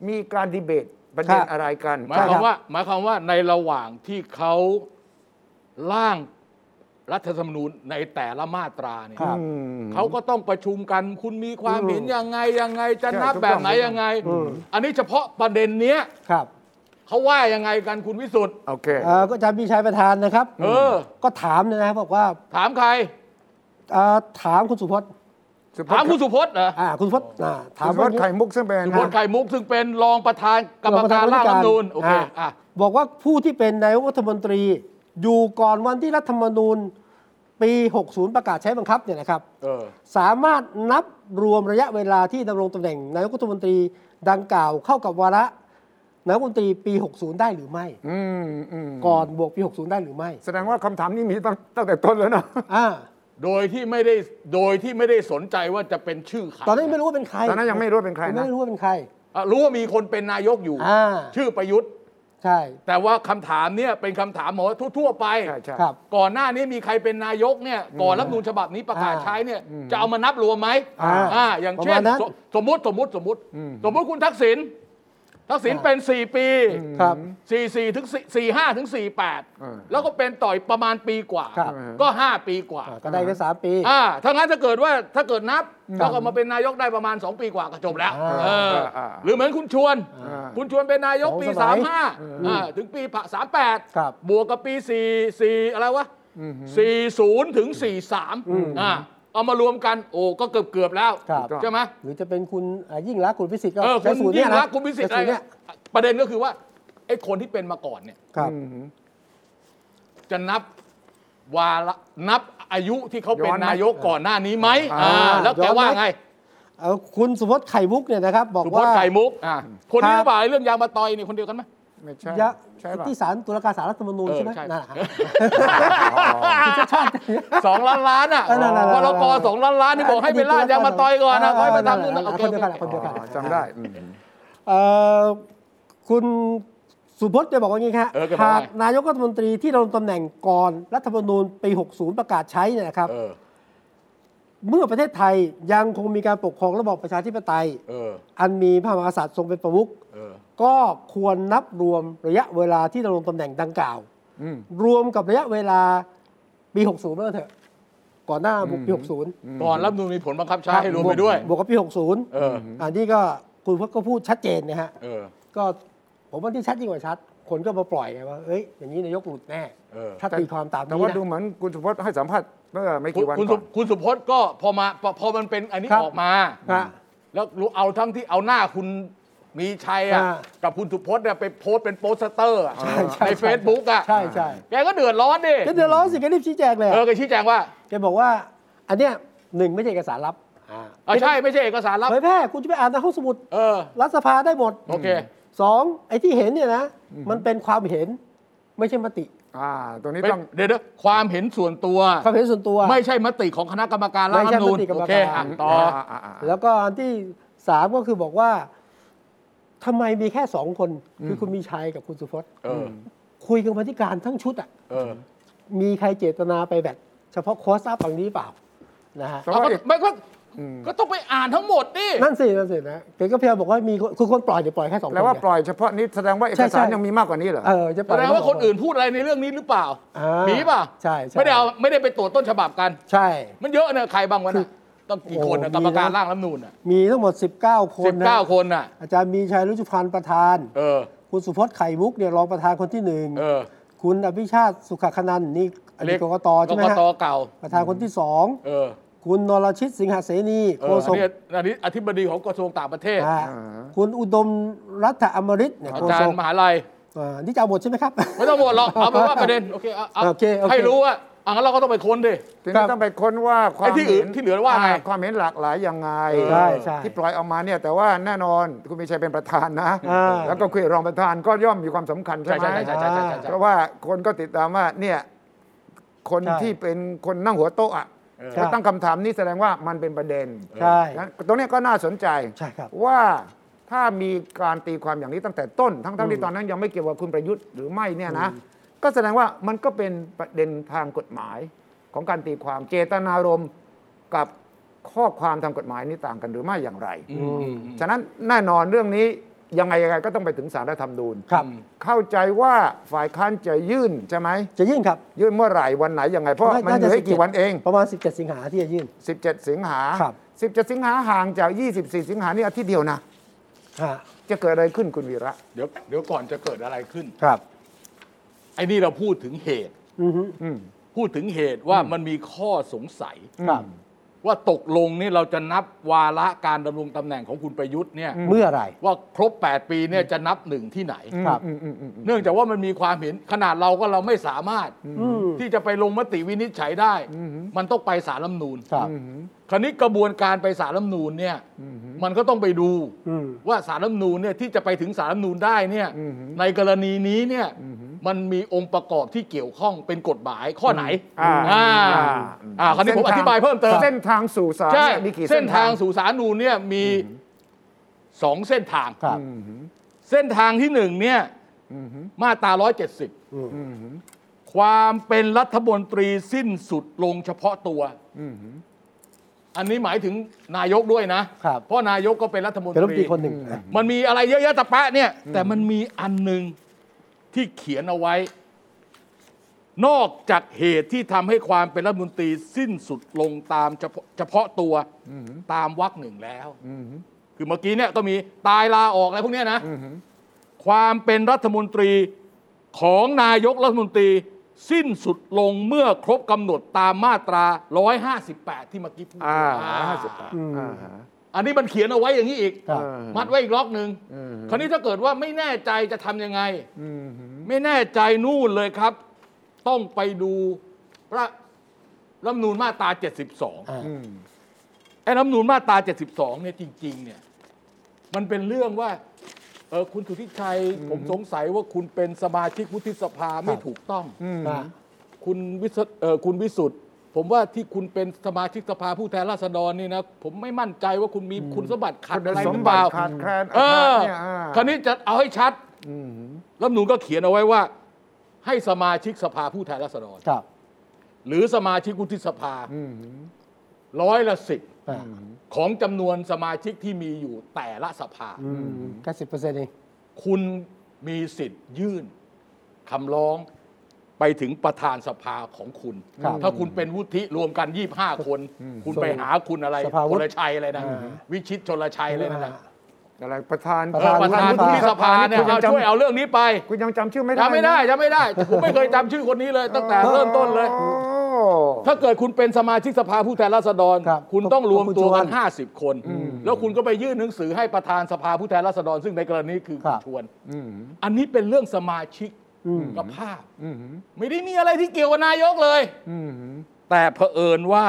Speaker 3: มีการดีเบตประเด็นอะไรกัน
Speaker 2: หมายความว่าหมายความว่าในระหว่างที่เขาร่างรัฐธรรมนูญในแต่ละมาตราเนี่ย
Speaker 1: ครับ
Speaker 3: อืม
Speaker 2: เขาก็ต้องประชุมกัน คุณมีความเห็นยังไงยังไงจะ
Speaker 3: ใช่
Speaker 2: นับ
Speaker 3: ถูกต้อง
Speaker 2: แบบไหน
Speaker 3: ถูกต้อง
Speaker 2: ยังไง อันนี้เฉพาะประเด็นเนี้ย
Speaker 1: ครับ
Speaker 2: เขาว่ายังไงกันคุณวิสุทธ์
Speaker 3: โอเค
Speaker 1: เอ่อก็อาจารย์มีชัยประธานนะครับ
Speaker 2: เออ
Speaker 1: ก็ถามเลยนะครับบอกว่า
Speaker 2: ถามใคร
Speaker 1: เอ่อถามคุณสุพจน์
Speaker 3: สุพจ
Speaker 2: ถามคุณ
Speaker 3: น์
Speaker 2: สุพจน์เหรอ
Speaker 1: อ่าคุณสุพจน์อ่าถาม
Speaker 3: สุพจน์
Speaker 1: ว่า
Speaker 3: ไข่มุกซึ่งเป็น
Speaker 2: สุพจน์ไข่มุกซึ่งเป็นรองประธานกรรมการร่างรัฐธรรมนูญโอเคอ่ะ
Speaker 1: บอกว่าผู้ที่เป็นนายกรัฐมนตรี อยู่ก่อนวันที่รัฐธรรมนูญปี 60 ประกาศใช้บังคับเนี่ยนะครับ
Speaker 2: เออ
Speaker 1: สามารถนับรวมระยะเวลาที่ดำรงตำแหน่งนายกรัฐมนตรีดังกล่าวเข้ากับวาระนายกรัฐมนตรีปี 60 ได้หรือไม่
Speaker 3: อืมอืม
Speaker 1: ก่อนบวกปี 60 ได้หรือไม่
Speaker 3: แสดงว่าคำถามนี้มีตั้งตั้งแต่ต้นแล้วนะ
Speaker 1: อ่า
Speaker 2: โดยที่ไม่ได้โดยที่ไม่ได้สนใจว่าจะเป็นชื่อใคร
Speaker 1: ตอนนั้นยังไม่รู้ว่าเป็นใคร
Speaker 3: ตอนนั้นยังไม่รู้ว่าเป็นใครนะ
Speaker 1: ยังไม่รู้ว่าเป็นใคร
Speaker 2: อ่ะรู้ว่ามีคนเป็นนายกอยู่
Speaker 1: อ่า
Speaker 2: ชื่อประยุทธ์
Speaker 1: ใช่
Speaker 2: แต่ว่าคำถามเนี่ยเป็นคำถามหมอทั่วๆไป
Speaker 3: ใช่ใช่
Speaker 1: ครับ
Speaker 2: ก่อนหน้านี้มีใครเป็นนายกเนี่ยก่อนรัฐธรรมนูญฉบับนี้ประกาศ
Speaker 1: อ่า
Speaker 2: ใช้เนี่ยจะเอามานับรวมไหม
Speaker 1: อ่า
Speaker 2: อ่าอย่างเช่
Speaker 1: ป
Speaker 2: น
Speaker 1: ระมาณนั้น
Speaker 2: สสมมติสมมติสมมติ สมมติคุณทักษิณทักษิณ
Speaker 1: อ่า
Speaker 2: เป็น 4 ปี
Speaker 1: ครับ
Speaker 2: 44ถึง4 45ถึง48 แล้วก็เป็นต่อยประมาณปีกว่า
Speaker 1: ครับ
Speaker 2: ก็ 5 ปีกว่า
Speaker 1: อ่าก็ได้แค่สามปี
Speaker 2: อ่าถ้างั้นถ้าเกิดว่าถ้าเกิดนับแล้วก็มาเป็นนายกได้ประมาณ 2 ปีกว่าก็จบแล้ว
Speaker 1: อ่า
Speaker 2: เอออา
Speaker 3: อ่า
Speaker 2: หรือเหมือนคุณชวน
Speaker 3: อ่า
Speaker 2: คุณชวนเป็นนายกปี
Speaker 1: สองสมัย
Speaker 2: 35อ่าถึงปีสามแปด
Speaker 1: ครับ
Speaker 2: บวกกับปี4 4อะไรวะ40ถึง43อ่าเอามารวมกันโอ้ก็เกือบเกือบๆแล้ว
Speaker 1: ครับ
Speaker 2: ใช่ไหม
Speaker 1: หรือจะเป็นคุณอ่ายิ่งรักษณ์คุณพิสิทธิ์ก็
Speaker 2: เออคุ
Speaker 1: ใช้
Speaker 2: ณ
Speaker 1: สูตรเนี่
Speaker 2: ยิ่
Speaker 1: ย
Speaker 2: ง
Speaker 1: นะ
Speaker 2: รักษณ์คุณพิสิทธิ์อะไร
Speaker 1: ใช้ต
Speaker 2: เนี่ยประเด็นก็คือว่าไอ้คนที่เป็นมาก่อนเนี่ย
Speaker 1: ครับ
Speaker 2: จะนับวาระนับอายุที่เขาเป็น
Speaker 3: ย้อนไหม
Speaker 2: นายกก่อนหน้านี้ไหม
Speaker 1: อ
Speaker 2: อ่า
Speaker 1: ่า
Speaker 2: แล้วแก
Speaker 1: ย้อนไหม
Speaker 2: ว่าไง
Speaker 1: เอ่อคุณสุพจน์ไข่มุกเนี่ยนะครับ บอก
Speaker 2: สุพจ
Speaker 1: ว่า
Speaker 2: น์ไก่มุกอ่ะคนนี้
Speaker 1: ครับ
Speaker 2: ก็บ่ายเรื่องยางมาตอยนี่คนเดียวกันไหม
Speaker 3: ไม่ใช่
Speaker 1: ยะ
Speaker 3: ใช่ป่ะ
Speaker 1: ที่ศาลตุลาการศาลรัฐธรรมนูญ
Speaker 2: เออ
Speaker 1: ใช่ไหม
Speaker 2: ใช่
Speaker 1: นั่นแหละฮะ
Speaker 2: สองล้านล้านอ่ะ
Speaker 1: เออนั่นๆๆ
Speaker 2: พรกสองล้านล้านนี่บอกให้ไปล่ายางมาตอยก่อนนะค่อยไปทำนู่น
Speaker 1: นั่น
Speaker 2: นะ
Speaker 1: แห
Speaker 2: โอ
Speaker 1: ละ
Speaker 2: เค
Speaker 1: คนเดียวกันค
Speaker 2: โอเค
Speaker 1: นเดียวกัน
Speaker 3: อ๋อจำได้อืม
Speaker 1: เอ่อคุณสุพจน์จะบอกว่าอย่างนี้ครับ
Speaker 2: เออแกบอก
Speaker 1: หา
Speaker 2: ว่าก
Speaker 1: นายกรัฐมนตรีที่ดำรงตำแหน่งก่อนรัฐธรรมนูญปี 60 ประกาศใช้เนี่ยนะครับ
Speaker 2: เออ
Speaker 1: เมื่อประเทศไทยยังคงมีการปกครองระบอบประชาธิปไตย
Speaker 2: เออ
Speaker 1: อันมีพระมหากษัตริย์ทรงเป็นประมุข
Speaker 2: เออ
Speaker 1: ก็ควรนับรวมระยะเวลาที่ดำรงตำแหน่งดังกล่าว รวมกับระยะเวลาปี 60เมื่อเถอะ ก่อนหน้าบุกปี 60
Speaker 2: ก่อนรับนูนมีผลบังคับใช้ให้รวมไปด้วย
Speaker 1: บวกกับปี 60
Speaker 2: เออ
Speaker 1: อันนี้ก็คุณพจน์ก็พูดชัดเจนนะฮะ
Speaker 2: เออ
Speaker 1: ก็ผมว่าที่ชัดยิ่งกว่าชัด คนก็มาปล่อยไงว่า เอ้ย อย่างนี้นายกหลุดแน่
Speaker 2: เออ
Speaker 1: ถ้าตีความตาม
Speaker 3: แต่
Speaker 1: นี้
Speaker 3: ว่า
Speaker 1: นะ
Speaker 3: ดูเหมือนคุณสุพจน์ให้สัมภาษณ์เมื่อไม่
Speaker 2: คุณ
Speaker 3: กี่วัน
Speaker 2: คุณ
Speaker 3: ก่
Speaker 2: สุ
Speaker 3: อน
Speaker 2: คุณสุพจน์ก็พอมาพอพอมันเป็นอันนี้
Speaker 1: ครับ
Speaker 2: ออกมา
Speaker 1: ฮะ
Speaker 2: แล้วรู้เอาทั้งที่เอาหน้าคุณมีชัยอ่ะ
Speaker 1: อ่า
Speaker 2: กับคุณสุพจน์เนี่ยไปโพสต์เป็นโปสเตอร์อะ
Speaker 1: ใช่ใช่
Speaker 2: ใน
Speaker 1: ใช่
Speaker 2: เฟซบุ๊กอ่ะ
Speaker 1: ใช่ใช่
Speaker 2: แกก็เดือดร้อนดิ
Speaker 1: แกเดือดร้อนสิแกรีบชี้แจงเลย
Speaker 2: เออแกชี้แจงว่า
Speaker 1: แกบอกว่า อันเนี้ยหนึ่งไม่ใช่เอกสารลับ
Speaker 2: อ่ะใช่ไม่ใช่เอกสารลับ
Speaker 1: เผยแพร่คุณจะไปอ่านในห้องสมุด
Speaker 2: เออ
Speaker 1: รัฐสภาได้หมด
Speaker 2: โอเค
Speaker 1: สองไอ้ที่เห็นเนี่ยนะ มันเป็นความเห็นไม่ใช่มติ
Speaker 3: อ่า ตรงนี้
Speaker 2: ไม่
Speaker 3: ต้อง
Speaker 2: เดี๋ยวๆความเห็นส่วนตัว
Speaker 1: ความเห็นส่วนตัว
Speaker 2: ไม่ใช่มติของคณะกรรมการร่างรัฐธรรมนูญ
Speaker 1: ไม่ใช่มติกรรมกา
Speaker 2: โอ
Speaker 1: ร
Speaker 2: เคอ่ะต่ออ
Speaker 1: แล้วก็อันที่สามก็คือบอกว่าทำไมมีแค่สองคน คือคุณมีชัยกับคุณสุพจน์
Speaker 2: เออ
Speaker 1: คุยกับกรรมาธิการทั้งชุดอ่ะ
Speaker 2: เออ
Speaker 1: มีใครเจตนาไปแบบเฉพาะโค้ชทราบฝั่งนี้เปล่านะฮะ
Speaker 3: แต่ว่า
Speaker 2: เอาก็
Speaker 3: เอก
Speaker 2: ไม่ก็ก็ต้องไปอ่านทั้งหมดดิ
Speaker 1: นั่นสินั่นสินะเกก็พยายามบอกว่ามีคนคือคนปล่อยเนี่ยปล่อยแค่สองคน
Speaker 3: แปลว่า
Speaker 1: เนี่ย
Speaker 3: ปล่อยเฉพาะนี้แสดงว่าเอก
Speaker 1: ใช่ใช่
Speaker 3: สารยังมีมากกว่านี้เหรอ
Speaker 1: เออจะปล่
Speaker 2: แส
Speaker 1: อย
Speaker 2: ดงว่าคนอื่นพูดอะไรในเรื่องนี้หรือเปล่า
Speaker 1: อ่า
Speaker 2: มีป่ะ
Speaker 1: ใช่ใช่
Speaker 2: ไม่ได้เอาไม่ได้ไปตรวจต้นฉบับกัน
Speaker 1: ใช่
Speaker 2: มันเยอะเนอะใครบ้างวะน่ะต้องกี่คนน่ะ
Speaker 1: โอ้
Speaker 2: กร
Speaker 1: โห
Speaker 2: รมการ
Speaker 1: มีนะ
Speaker 2: ร่างรัฐธรรมนูญน่ะ
Speaker 1: มีทั้งหมด 19 คน
Speaker 2: สิบ
Speaker 1: นะ
Speaker 2: เก้าคนน่ะ
Speaker 1: อาจารย์มีชัยรุจุพันธ์ประธาน
Speaker 2: เออ
Speaker 1: คุณสุพจน์ไข่มุกเนี่ยรองประธานคนที่หนึ่ง
Speaker 2: เออ
Speaker 1: คุณอภิชาติสุขคนันท์นี่อดีตกกตใช่ไหม
Speaker 2: กก
Speaker 1: ฮะ
Speaker 2: ตเก่า
Speaker 1: ประธานคนที่สอง
Speaker 2: เออ
Speaker 1: คุณนรชิตสิงหเสนี
Speaker 2: เอ
Speaker 1: โฆ
Speaker 2: อ
Speaker 1: ษ
Speaker 2: อั
Speaker 1: ก
Speaker 2: นนี้อันนี้อธิบดีของกระทรวงต่างประเทศ
Speaker 1: อ่าคุณอุดมรัฐอมริตเนี่ย
Speaker 2: อา
Speaker 1: โฆ
Speaker 2: จาร
Speaker 1: ษก
Speaker 2: ย์มหาลัย
Speaker 1: อ่านี่จะเอาบทใช่ไหมครับ
Speaker 2: ไม่ต้องโหวตหรอกเอาเป็นว่าประเด็นโอเคเอาเอา
Speaker 1: โอเคโอเค
Speaker 2: ให้รู้ว่าอ่ะงั้นเราก็ต้องไปค้นดิ
Speaker 3: ที
Speaker 1: ครั
Speaker 3: นี้
Speaker 1: บ
Speaker 3: ต้องไปค้นว่าความ
Speaker 2: ไอ้ที่อื่น
Speaker 3: ห็
Speaker 2: ที่เหลือว่าไง
Speaker 3: ความเห็นหลากหลายยังไง
Speaker 1: ใช่ใช่
Speaker 3: ที่ปล่อยออกมาเนี่ยแต่ว่าแน่นอนคุณมีชัยเป็นประธานนะ
Speaker 1: อ่า
Speaker 3: แล้วก็คุยกับรองประธานก็ย่อมมีความสำคัญใช่
Speaker 2: ใช่
Speaker 3: ไห
Speaker 2: ใช่
Speaker 3: ม
Speaker 2: ใช่ใช่ใช่ใช่ใช่
Speaker 3: เพ
Speaker 2: ใช่
Speaker 3: ราะว่าคนก็ติดตามว่าเนี่ยคน
Speaker 1: ใช่
Speaker 3: ที่เป็นคนนั่งหัวโต๊ะอ่ะ
Speaker 2: เออ
Speaker 3: ก็ตั้งคำถามนี้แสดงว่ามันเป็นประเด็น
Speaker 1: ใช่
Speaker 3: นะตรงเนี้ยก็น่าสนใจ
Speaker 1: ใช่ครับ
Speaker 3: ว่าถ้ามีการตีความอย่างนี้ตั้งแต่ต้น ทั้งๆท
Speaker 1: อืม
Speaker 3: ที่ตอนนั้นยังไม่เกี่ยวกับคุณประยุทธ์หรือไม่เนี่ยนะ ก็แสดงว่ามันก็เป็นประเด็นทางกฎหมายของการตีความเจตนารมณ์กับข้อความทางกฎหมายนี่ต่างกันหรือไม่อย่างไร
Speaker 2: อืมอืมอืม
Speaker 3: ฉะนั้นแน่นอนเรื่องนี้ยังไงยังไงก็ต้องไปถึงสารรัฐธรรมนูญ
Speaker 1: ครับ
Speaker 3: เข้าใจว่าฝ่ายค้านจะยื่นใช่ไหม
Speaker 1: จะยื่นครับ
Speaker 3: ยื่นเมื่อไหร่วันไหนยังไง เพราะมันเหลืออีกกี่วันเอง
Speaker 1: ประมาณ 17 สิงหาที่จะยื่น
Speaker 3: 17 สิงหา
Speaker 1: ครับ
Speaker 3: 17 สิงหาห่างจาก 24 สิงหานี่อาทิตย์เดียวนะ
Speaker 1: ฮะ
Speaker 3: จะเกิดอะไรขึ้นคุณวีระ
Speaker 2: เดี๋ยวเดี๋ยวก่อนจะเกิดอะไรขึ้น
Speaker 1: ครับ
Speaker 2: ไอ้นี่เราพูดถึงเหตุ
Speaker 1: อือฮึ
Speaker 3: อืม
Speaker 2: พูดถึงเหตุว่ามันมีข้อสงสัย
Speaker 1: ครับ
Speaker 2: ว่าตกลงนี่เราจะนับวาระการดำรงตำแหน่งของคุณประยุทธ์เนี่ย
Speaker 1: เมื่อไหร่
Speaker 2: ว่าครบ 8 ปีเนี่ยจะนับหนึ่งที่ไหน
Speaker 1: ครับ
Speaker 3: อืมอืมอืมอืม
Speaker 2: เนื่องจากว่ามันมีความเห็นขนาดเราก็เราไม่สามารถ
Speaker 1: อืม
Speaker 2: ที่จะไปลงมติวินิจฉัยได้ มันต้องไปสารรัฐธรรมนูน
Speaker 1: ครับ
Speaker 2: คราวนี้กระบวนการไปสารรัฐธรรมนูนเนี่ยมันก็ต้องไปดู
Speaker 1: อืม
Speaker 2: ว่าสารรัฐธรรมนูญเนี่ยที่จะไปถึงสารรัฐธรรมนูญได้เนี่ยในกรณีนี้เนี่ยมันมีองค์ประกอบที่เกี่ยวข้องเป็นกฎหมายข้อไหน
Speaker 3: อ่า
Speaker 2: อ่า
Speaker 3: อ่า
Speaker 2: อ่าคราวนี้ผมอธิบายเพิ่มเติม
Speaker 3: เส้นทางสู่ศาล
Speaker 2: ใช่
Speaker 3: เนี่ยมีกี่
Speaker 2: เส้นทางสู่สารรัฐธรรมนูญเนี่ยมีสองเส้นทาง
Speaker 1: ครับ
Speaker 3: อืมอืม
Speaker 2: เส้นทางที่หนึ่งเนี่ย
Speaker 3: อืม
Speaker 2: มาตรา170
Speaker 1: อืม
Speaker 3: อืม
Speaker 2: ความเป็นรัฐมนตรีสิ้นสุดลงเฉพาะตัว
Speaker 3: อืม
Speaker 2: อันนี้หมายถึงนายกด้วยนะ
Speaker 1: ครับ
Speaker 2: เพราะนายกก็เป็นรัฐมนต
Speaker 1: เป็นรัฐมนต
Speaker 2: รี
Speaker 1: รีคนหนึ่งนะ
Speaker 2: มันมีอะไรเยอะแยะตะปะเนี่ย แต่มันมีอันหนึ่งที่เขียนเอาไว้ นอกจากเหตุที่ทำให้ความเป็นรัฐมนตรีสิ้นสุดลงตามเฉพาะเฉพาะตัวตามวรรคหนึ่งแล้ว
Speaker 3: อืมอืม
Speaker 2: คือเมื่อกี้เนี่ยก็มีตายลาออกอะไรพวกเนี้ยนะ ความเป็นรัฐมนตรีของนายกรัฐมนตรี สิ้นสุดลงเมื่อครบกำหนดตามมาตรา 158 ที่เมื่อกี้พูด
Speaker 3: อ่า
Speaker 2: อ่า
Speaker 3: ห้าสิบแปดอ่าฮะ
Speaker 2: อันนี้มันเขียนเอาไว้อย่างนี้อีก
Speaker 1: ครับ
Speaker 2: มัดไว้อีกล็อกหนึ่ง คราวนี้ถ้าเกิดว่าไม่แน่ใจจะทำยังไง
Speaker 3: อืมอืม
Speaker 2: ไม่แน่ใจนู่นเลยครับ ต้องไปดูระรัฐธรรมนูญมาตรา
Speaker 1: อ่า
Speaker 2: 72
Speaker 3: อืม
Speaker 2: ไอ้รัฐธรรมนูญมาตรา 72 เนี่ยจริง ๆ เนี่ย มันเป็นเรื่องว่าเออคุณสุทธิชัย ผมสงสัยว่าคุณเป็นสมาชิกวุฒิสภาไม่ถูกต้อง
Speaker 3: อืม
Speaker 1: อ่า
Speaker 2: คุณวิศเออคุณวิสุทธ์ผมว่าที่คุณเป็นสมาชิกสภาผู้แทนราษฎรนี่นะผมไม่มั่นใจว่าคุณมีคุณสมบัติขัด
Speaker 3: คุณ
Speaker 2: อะไร
Speaker 3: ส
Speaker 2: ห
Speaker 3: ม
Speaker 2: รือเป
Speaker 3: บัติ
Speaker 2: ล่า
Speaker 3: ขาดแคลน
Speaker 2: เออ
Speaker 3: เนี่ยอ่า
Speaker 2: คราวนี้จะเอาให้ชัด
Speaker 3: อืม
Speaker 2: รัฐธรรมนูนก็เขียนเอาไว้ว่า ให้สมาชิกสภาผู้แทนราษฎร
Speaker 1: ครับ
Speaker 2: หรือสมาชิกวุฒิสภา
Speaker 3: อืม
Speaker 2: ร้อยละสิบ
Speaker 1: อ่า
Speaker 2: ของจำนวนสมาชิกที่มีอยู่แต่ละสภา
Speaker 1: อืมแค่สิบเปอร์เซ็นต์เอง
Speaker 2: คุณมีสิทธิ์ยื่นคำร้องไปถึงประธานสภาของคุณ
Speaker 1: ครับ
Speaker 2: ถ้าคุณเป็นวุฒิรวมกัน 25 คน คุณไปหาคุณอะไร
Speaker 1: สภาวุ
Speaker 2: ช
Speaker 1: ฒิ
Speaker 2: นลชัยอะไรนะ
Speaker 1: อ่า
Speaker 2: วิชิตชนลชัยอะไรนั่นนะ
Speaker 3: อะไรประธาน
Speaker 1: ประ
Speaker 2: เออประธาน
Speaker 1: วุ
Speaker 2: วุฒิสภาเนี่ย
Speaker 3: คุณง
Speaker 2: เอา
Speaker 3: จำ
Speaker 2: ช่วยเอาเรื่องนี้ไป
Speaker 3: คุณยังจำชื่อไม่ได้
Speaker 2: จำไม่ได้จำไม่ได้ ผมไม่เคยจำชื่อคนนี้เลย ตั้งแต่เริ่มต้นเลย
Speaker 3: โอ้
Speaker 2: ถ้าเกิดคุณเป็นสมาชิกสภาผู้แทนราษฎร
Speaker 1: ครับ
Speaker 2: ณต้องรวมตัวกัน
Speaker 1: คุณชวน
Speaker 2: 50 คน แล้วคุณก็ไปยื่นหนังสือให้ประธานสภาผู้แทนราษฎรซึ่งในกรณีคือ
Speaker 1: ค
Speaker 2: คุ
Speaker 1: รั
Speaker 2: ณ
Speaker 1: บ
Speaker 2: ชวน
Speaker 3: อืม
Speaker 2: อันนี้เป็นเรื่องสมาชิก
Speaker 1: อืม
Speaker 2: กับภาพ
Speaker 3: อืม
Speaker 2: ไม่ได้มีอะไรที่เกี่ยวกับนายกเลย
Speaker 3: อืม
Speaker 2: แต่เผอิญว่า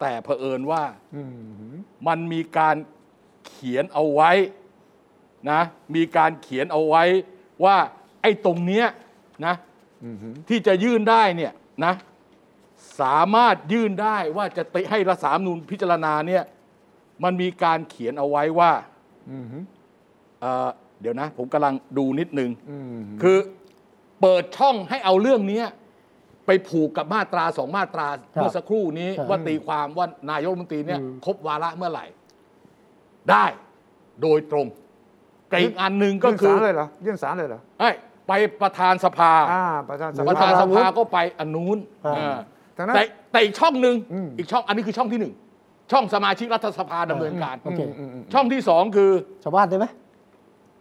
Speaker 2: แต่เผอิญว่า
Speaker 3: อืม
Speaker 2: มันมีการเขียนเอาไว้นะ มีการเขียนเอาไว้ว่าไอ้ตรงเนี้ยนะ
Speaker 3: อืม
Speaker 2: ที่จะยื่นได้เนี่ยนะสามารถยื่นได้ว่าจะติให้รัฐสามนูนพิจารณาเนี่ยมันมีการเขียนเอาไว้ว่า
Speaker 3: อืม
Speaker 2: เอ่อเดี๋ยวนะ ผมกำลังดูนิดนึง
Speaker 3: อืม
Speaker 2: คือเปิดช่องให้เอาเรื่องเนี้ยไปผูกกับมาตราสองมาตราเมื่อสักครู่นี้
Speaker 1: ครับ
Speaker 2: ว่าตีความว่านายกรัฐมนตรีเนี่ย
Speaker 1: อืม
Speaker 2: ครบวาระเมื่อไหร่ ได้โดยตรงแต่อีกอันหนึ่งก็คือ
Speaker 3: ยื่นศาลเลยเหรอยื่นศาลเลยเหรอ
Speaker 2: เอ้ยไปประธานสภา
Speaker 3: อ่าประธานส
Speaker 2: ประ
Speaker 3: ภา
Speaker 2: ธานสภาก็ไปอนนุน
Speaker 1: อ่า
Speaker 2: เออ
Speaker 3: ทางนั้น
Speaker 2: แต่แต่อีกช่องหนึ่ง
Speaker 3: อืม
Speaker 2: อีกช่องอันนี้คือช่องที่หนึ่งช่องสมาชิกรัฐสภาดำเนินการ
Speaker 1: โอเค
Speaker 3: อืมอืม
Speaker 2: ช่องที่สองคือ
Speaker 1: ชาวบ้านได้ไหม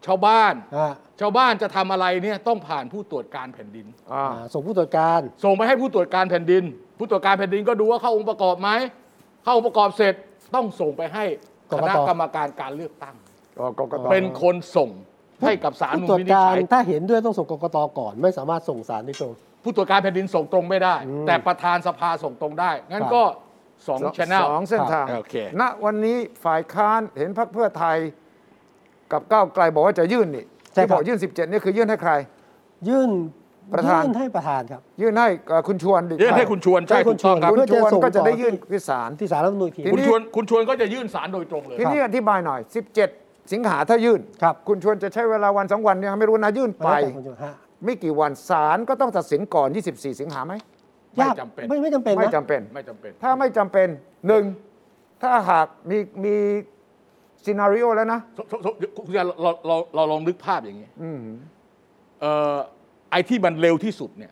Speaker 2: ชาวบ้าน
Speaker 1: อ่า
Speaker 2: ชาวบ้านจะทำอะไรเนี่ยต้องผ่านผู้ตรวจการแผ่นดิน
Speaker 3: อ่า
Speaker 1: อ่าส่งผู้ตรวจการ
Speaker 2: ส่งไปให้ผู้ตรวจการแผ่นดิน ผู้ตรวจการแผ่นดินก็ดูว่าเข้าองค์ประกอบไหม เข้าองค์ประกอบเสร็จต้องส่งไปให้
Speaker 1: ก
Speaker 2: ค
Speaker 1: กต
Speaker 2: ณะกรรมการการเลือกตั้ง
Speaker 3: ก็กกต
Speaker 2: เป็นคนส่งให้กับสาร
Speaker 1: ผู้
Speaker 2: นุ
Speaker 1: ตรวจ
Speaker 2: วินิจ
Speaker 1: การ
Speaker 2: ฉัย
Speaker 1: ถ้าเห็นด้วยต้องส่งกกตก่อน ไม่สามารถส่งสารได้ตรง
Speaker 2: ผู้ตรวจการแผ่นดินส่งตรงไม่ได้
Speaker 1: อืม
Speaker 2: แต่ประธานสภาส่งตรงได้ งั้
Speaker 1: คนรับ
Speaker 2: ก็สอง
Speaker 3: สอง
Speaker 2: ชแนล
Speaker 3: สองเส้นทาง
Speaker 2: ครับโอเค
Speaker 3: ณวันนี้ฝ่ายค้านเห็นพรรคเพื่อไทย กับก้าวไกลบอกว่าจะยื่นนี่
Speaker 1: ใช่
Speaker 3: ที่
Speaker 1: ครับ บ
Speaker 3: อกยื่น 17นี่คือยื่นให้ใคร
Speaker 1: ยื่น
Speaker 3: ประธาน
Speaker 1: ยื่นให้ประธานครับ
Speaker 3: ยื่นให้เอ่อคุณชวนดิ
Speaker 2: ยื่นให้คุณชวน ใช่
Speaker 1: ให้คุ
Speaker 2: คุณ ณชวน
Speaker 1: ชวน
Speaker 2: ครับ
Speaker 3: คุณชวนก็จะได้ยื่นพิสาร
Speaker 1: ที่สารรัฐธรรมนูญอีกที
Speaker 3: ที
Speaker 2: คุณชวนคุณชวนก็จะยื่นสารโดยตรงเลย
Speaker 3: ทีนี้อธิบายหน่อย 17 สิงหาถ้ายื่น
Speaker 1: ครับ
Speaker 3: คุณชวนจะใช้เวลาวันสองวันยังไม่รู้นะยื่นไป
Speaker 1: แล้วแต่คุณชวนฮะ
Speaker 3: ไม่กี่วันศาลก็ต้องตัดสินก่อน 24 สิงหาไหม
Speaker 2: ไม่
Speaker 1: ยาก
Speaker 2: จำเป็น
Speaker 1: ไม่ไม่จำเป็น
Speaker 3: ไม่จำ
Speaker 1: นะ
Speaker 3: เป็น
Speaker 2: ไม่จำเป็น
Speaker 3: ถ้าไม่จำเป็นหนึ่งถ้าหากมีมีซีนารีโอแล้วนะ
Speaker 2: สสสคุณยายเราเราเราลองนึกภาพอย่างนี้
Speaker 3: อืม
Speaker 2: เอ่อไอ้ที่มันเร็วที่สุดเนี่ย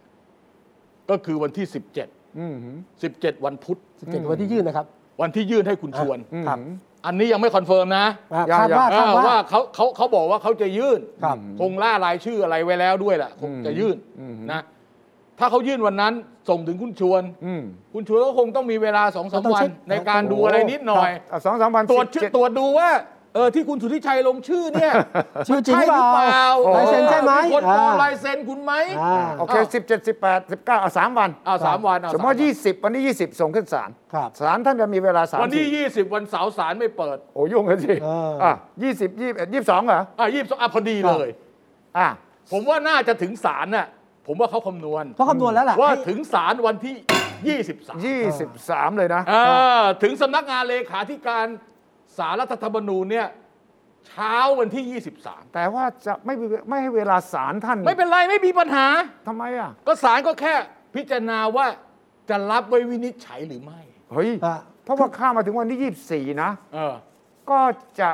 Speaker 2: ก็คือวันที่ 17
Speaker 3: อืม
Speaker 2: 17 วันพุธ
Speaker 1: สิบเจ็ดวันที่ยื่นนะครับ
Speaker 2: วันที่ยื่นให้คุณชวน
Speaker 3: อืม
Speaker 1: ครับ
Speaker 2: อันนี้ยังไม่คอนเฟิร์มนะ
Speaker 1: อ่า
Speaker 3: ยัง
Speaker 1: คาดว่า
Speaker 2: เอ
Speaker 1: คาด
Speaker 2: อ
Speaker 1: ว่า
Speaker 2: ว่าเขาเขาเขาบอกว่าเขาจะยื่น
Speaker 1: ครับ
Speaker 2: คงล่ารายชื่ออะไรไว้แล้วด้วยแหละคงจะยื่น
Speaker 3: อืม
Speaker 2: นะ ถ้าเขายื่นวันนั้นส่งถึงคุณชวน
Speaker 3: อืม
Speaker 2: คุณชวนก็คงต้องมีเวลาสองสาม
Speaker 1: ต้อง
Speaker 2: วั
Speaker 1: เช็
Speaker 2: น
Speaker 1: ค
Speaker 2: ในการดูอะไรนิดหน่อย
Speaker 3: เอาสองสามวัน
Speaker 2: ตรวจชื่อ
Speaker 3: 17
Speaker 2: ตรวจดูว่าเออที่คุณสุทธิชัยลงชื่อเนี่ย
Speaker 1: ชื่อจริง
Speaker 2: ใช่
Speaker 1: ห
Speaker 2: ห
Speaker 1: รื
Speaker 2: รืออ
Speaker 1: เป
Speaker 2: เป
Speaker 1: ล่า
Speaker 2: ล่า
Speaker 1: ลายเซ็นใช่ไหม
Speaker 2: มีคนปลอม
Speaker 1: อ่า
Speaker 2: ลายเซ็นคุณไหม
Speaker 1: อ่า
Speaker 3: โอเคสิบเจ็ดสิบแปดสิบเก้าเอาสามวัน
Speaker 2: อ่าสามวันอ่ะ
Speaker 3: สมมติ
Speaker 2: วัน
Speaker 3: ยี่สิบวันที่ยี่สิบส่งขึ้นศาล
Speaker 1: ครับ
Speaker 3: ศาลท่านจะมีเวลาสาม
Speaker 2: วันที่ยี่สิบวันเสาร์ศาลไม่เปิด
Speaker 3: โอ้ยุ่งกันสิ
Speaker 1: เอออ่
Speaker 3: อ่ะยี่สิบยี่สิบเอ็ดยี่สิบสองเหรอ
Speaker 2: อ่ะยี่สิบอ่ะพอดีเลย
Speaker 3: อ่ะ
Speaker 2: ผมว่าน่าจะถึงศาลน่ะผมว่าเขาคำนวณ
Speaker 1: ก็คำนวณแล้วล่ะ
Speaker 2: ว่า
Speaker 1: ให้
Speaker 2: ถึงศาลวันที่ยี่สิบสาม
Speaker 3: ยี่สิบสามเลยนะ
Speaker 2: เออถึงสำนักงานเลขาธิการสารรัฐธรรมนูญเนี่ยเช้าวันที่ยี่สิบสาม
Speaker 3: แต่ว่าจะไม่มีไม่ให้เวลาศาลท่าน
Speaker 2: ไม่เป็นไรไม่มีปัญหา
Speaker 3: ทำไมอ่ะ
Speaker 2: ก็ศาลก็แค่พิจารณาว่าจะรับไว้วินิจฉัยหรือไม่
Speaker 3: เฮ้ย
Speaker 1: อ่ะ
Speaker 3: เพราะว่าข้ามมาถึงวันที่ยี่สี่นะ
Speaker 2: เออ
Speaker 3: ก็จะ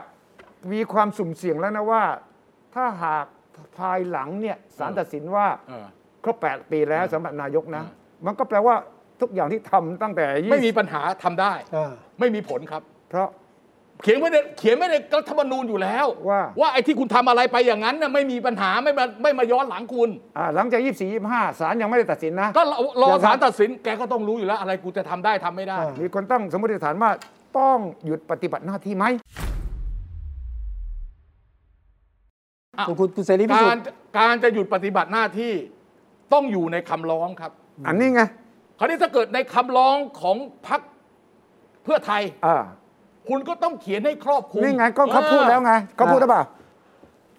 Speaker 3: มีความสุ่มเสี่ยงแล้วนะว่า ถ้าหากภายหลังเนี่ยศาล
Speaker 2: เออ
Speaker 3: ตัดสินว่า
Speaker 2: เออ
Speaker 3: ครบ 8 ปีแล้วสำหรับนายกนะ
Speaker 2: อ่า
Speaker 3: มันก็แปลว่าทุกอย่างที่ทำตั้งแต่20
Speaker 2: ไม่มีปัญหาทำได้
Speaker 1: อ่า
Speaker 2: ไม่มีผลครับ
Speaker 3: เพราะ
Speaker 2: เขียนไว้ในเขียนไว้ในรัฐธรรมนูญอยู่แล้ว
Speaker 3: ว่า
Speaker 2: ว่าไอ้ที่คุณทำอะไรไปอย่างนั้นน่ะไม่มีปัญหาไม่มาไม่มาย้อนหลังคุณ
Speaker 3: อ่าหลังจาก 24 25ศาลยังไม่ได้ตัดสินนะ
Speaker 2: ก็รอรอ
Speaker 3: ยังครับ
Speaker 2: ศาลตัดสินแกก็ต้องรู้อยู่แล้ว อะไรกูจะทำได้ทำไม่ได้
Speaker 1: อ่า
Speaker 3: มีคนตั้งสมมติฐานว่าต้องหยุดปฏิบัติหน้าที่ไหม
Speaker 2: อ่ะ
Speaker 1: คุณคุณเสรีพิสุ
Speaker 2: กา
Speaker 1: ท
Speaker 2: ร
Speaker 1: ธิ์
Speaker 2: การจะหยุดปฏิบัติหน้าที่ต้องอยู่ในคำร้องครับ
Speaker 3: อันนี้ไง
Speaker 2: คราวนี้ถ้าเกิดในคำร้องของพรรคเพื่อไทย
Speaker 3: อ่า
Speaker 2: คุณก็ต้องเขียนให้ครอบคลุม
Speaker 3: นี่ไงก็เขาพูดแล้วไงเขาพูดหรือเปล่า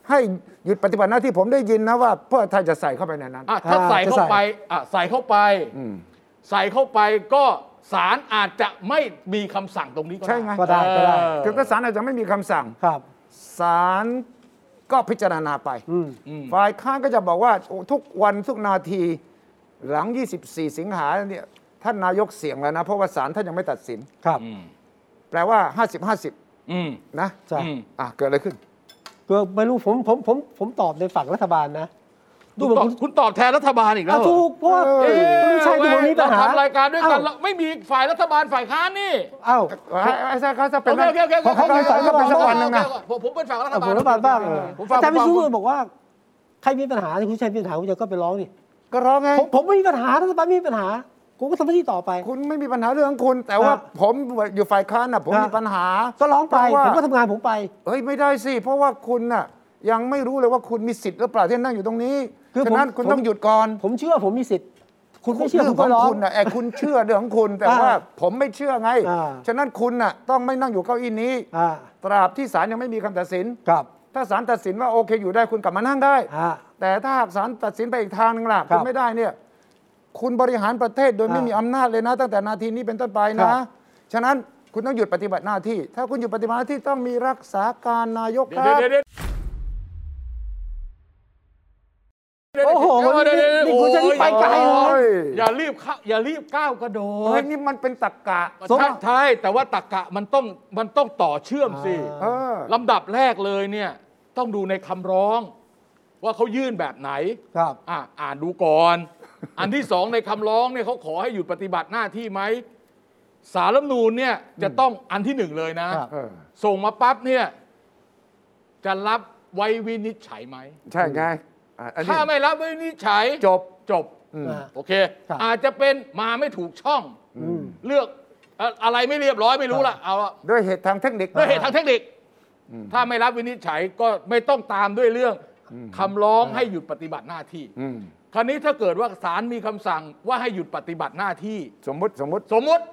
Speaker 3: ให้หยุดปฏิบัติหน้าที่ผมได้ยินนะว่าเพื่อไทยจะใส่เข้าไปในนั้น
Speaker 2: อ่ะถ้าใส่เข้าไปอ่ะใส่เข้าไป
Speaker 3: อืม
Speaker 2: ใส่เข้าไปก็ศาลอาจจะไม่มีคำสั่งตรงนี้ก็ด้
Speaker 3: ใช่ไง
Speaker 1: ก็ได้ก็ได้
Speaker 2: เออ
Speaker 3: ถึงถ้าศาลอาจจะไม่มีคำสั่ง
Speaker 1: ครับ
Speaker 3: ศาลก็พิจารณาไป
Speaker 1: อืม
Speaker 2: อืม
Speaker 3: ฝ่ายค้านก็จะบอกว่าโอ้ทุกวันทุกนาทีหลัง 24 สิงหาเนี่ยท่านนายกเสี่ยงแล้วนะ เพราะว่าศาลท่านยังไม่ตัดสิน
Speaker 1: ครับ
Speaker 2: อืม
Speaker 3: แปลว่า
Speaker 2: อืม
Speaker 3: 50-50 นะ
Speaker 1: ใช่
Speaker 2: อืม
Speaker 3: อ่ะเกิดอะไรขึ้น
Speaker 1: ก็ไม่รู้ผมผมผมผมตอบในฝั่งรัฐบาลนะ ดู
Speaker 2: คุณ
Speaker 1: เหมือ
Speaker 2: ตอน บ
Speaker 1: คุณ
Speaker 2: คุณตอบแทนรัฐบาลอีกแล้
Speaker 1: อ่ะ
Speaker 2: วเหรอ
Speaker 1: ถูกเพราะว่า
Speaker 3: เออ
Speaker 1: คุณวิชัยดูผมมีปัญหา
Speaker 2: เรทำรายการด้วยกัน
Speaker 1: อ้
Speaker 2: แล้วไม่มีฝ่ายรัฐบาลฝ่ายค้านนี่
Speaker 1: เอ้า
Speaker 3: ไอ้ไอ้เขาจะเป็
Speaker 2: โอน เคโอเคโอเค
Speaker 3: ขอเขา
Speaker 1: ป็
Speaker 3: เป็น
Speaker 1: นฝ่ายรัฐบาล
Speaker 3: สักวันหนึ่งนะ
Speaker 2: โอเคโอเคผมผมเป็นฝ่ายรัฐ
Speaker 1: เอาผ
Speaker 2: บาล
Speaker 1: มรัฐบาลบ้าง
Speaker 2: ผมฟัง
Speaker 1: อาจารย์
Speaker 2: ผ
Speaker 1: วิ
Speaker 2: ม
Speaker 1: ศ
Speaker 2: ฟัง
Speaker 1: นุบอกว่าใครมีปัญหาคุณวิชัยมีปัญหาคุณจะก็ไปร้องนี่
Speaker 3: ก็ร้องไง
Speaker 1: ผมผมไม่มีปัญหารัฐบาลไม่มีปัญหาผมก็ทำหน้าที่ต่อไป
Speaker 3: คุณไม่มีปัญหาเรื่องของคุณ แต่ว่า
Speaker 1: อ่ะ
Speaker 3: ผมอยู่ฝ่ายค้านน่ะผม
Speaker 1: อ่ะ
Speaker 3: มีปัญหา
Speaker 1: ก็ร้องไป
Speaker 3: เพาะว่า
Speaker 1: ผมก็ทำงานผมไป
Speaker 3: เฮ้ยไม่ได้สิ เพราะว่าคุณน่ะยังไม่รู้เลยว่าคุณมีสิทธิ์หรือเปล่าที่นั่งอยู่ตรงนี้
Speaker 1: คือผม
Speaker 3: ฉะนั้นคุณ
Speaker 1: ผม
Speaker 3: ต้องหยุดก่อน
Speaker 1: ผมเชื่อผมมีสิทธิ์คุณไม่เชื่อ
Speaker 3: เรื่
Speaker 1: คุณก็
Speaker 3: องของ
Speaker 1: ร้อง
Speaker 3: คุณนะไอ้คุณเชื่อเรื่องของคุณแต่
Speaker 1: อ่า
Speaker 3: ว่าผมไม่เชื่อไง
Speaker 1: อ่า
Speaker 3: ฉะนั้นคุณน่ะต้องไม่นั่งอยู่เก้าอี้นี้
Speaker 1: อ่า
Speaker 3: ตราบที่ศาลยังไม่มีคำตัดสิน
Speaker 1: ครับ
Speaker 3: ถ้าศาลตัดสินว่าโอเคอยู่ได้คุณกลับมานั่งได้
Speaker 1: อ่า
Speaker 3: แต่ถ้าหากศาลตัดสินไปอีกทางหนึงล่ะ
Speaker 1: ครั
Speaker 3: คุ
Speaker 1: บ
Speaker 3: ณไม่ได้เนี่ย คุณบริหารประเทศโดย
Speaker 1: อ่า
Speaker 3: ไม่มีอำนาจเลยนะ ตั้งแต่นาทีนี้เป็นต้นไป
Speaker 1: ครั
Speaker 3: นะ
Speaker 1: บ
Speaker 3: ฉะนั้นคุณต้องหยุดปฏิบัติหน้าที่ ถ้าคุณหยุดปฏิบัติหน้าที่ต้องมีรักษาการนายกค
Speaker 2: เดี๋ยว
Speaker 3: รับ
Speaker 2: เดี๋ยวเดี๋ยว
Speaker 1: โอ้โหวันนี้นี่คุณจะรีบไปไกลเล
Speaker 3: โอ้
Speaker 1: ย
Speaker 3: ย
Speaker 2: อย่ารีบเข้าอย่ารีบก้าวกระโด
Speaker 3: เฮ้ย
Speaker 2: ด
Speaker 3: นี่มันเป็นตักกะ
Speaker 1: สม
Speaker 2: ใช่ใช่แต่ว่าตรกกะมันต้องมันต้องต่อเชื่อมสิ
Speaker 3: เออ
Speaker 2: ลำดับแรกเลยเนี่ยต้องดูในคำร้อง ว่าเขายื่นแบบไหน
Speaker 1: ครับ
Speaker 2: อ่ะอ่านดูก่อน อันที่สองในคำร้องเนี่ยเขาขอให้หยุดปฏิบัติหน้าที่ไหมสารรัฐธรรมนูนเนี่ยจะต้องอันที่หนึ่งเลยนะ
Speaker 1: ครับ
Speaker 3: เออ
Speaker 2: ส่งมาปั๊บเนี่ยจะรับไว้วินิจฉัยไหม
Speaker 3: ใช่ไงอ่ะอันนี้
Speaker 2: ถ้าไม่รับไว้วินิจฉัย
Speaker 3: จบ
Speaker 2: จบ
Speaker 3: อืม
Speaker 1: อ่า
Speaker 2: โอเค
Speaker 1: ครับ
Speaker 2: อาจจะเป็นมาไม่ถูกช่อง
Speaker 1: อืม
Speaker 2: เลือก เอ่ออะไรไม่เรียบร้อยไม่รู้ละเอาละ
Speaker 3: ด้วยเหตุทางเทคนิค
Speaker 2: ด้วยเหตุทางเทคนิค ถ้าไม่รับวินิจฉัยก็ไม่ต้องตามด้วยเรื่องคำร้องให้หยุดปฏิบัติหน้าที่
Speaker 3: อืม
Speaker 2: คราวนี้ถ้าเกิดว่าศาลมีคำสั่งว่าให้หยุดปฏิบัติหน้าที่
Speaker 3: สมมติสมมติ
Speaker 2: สมมติ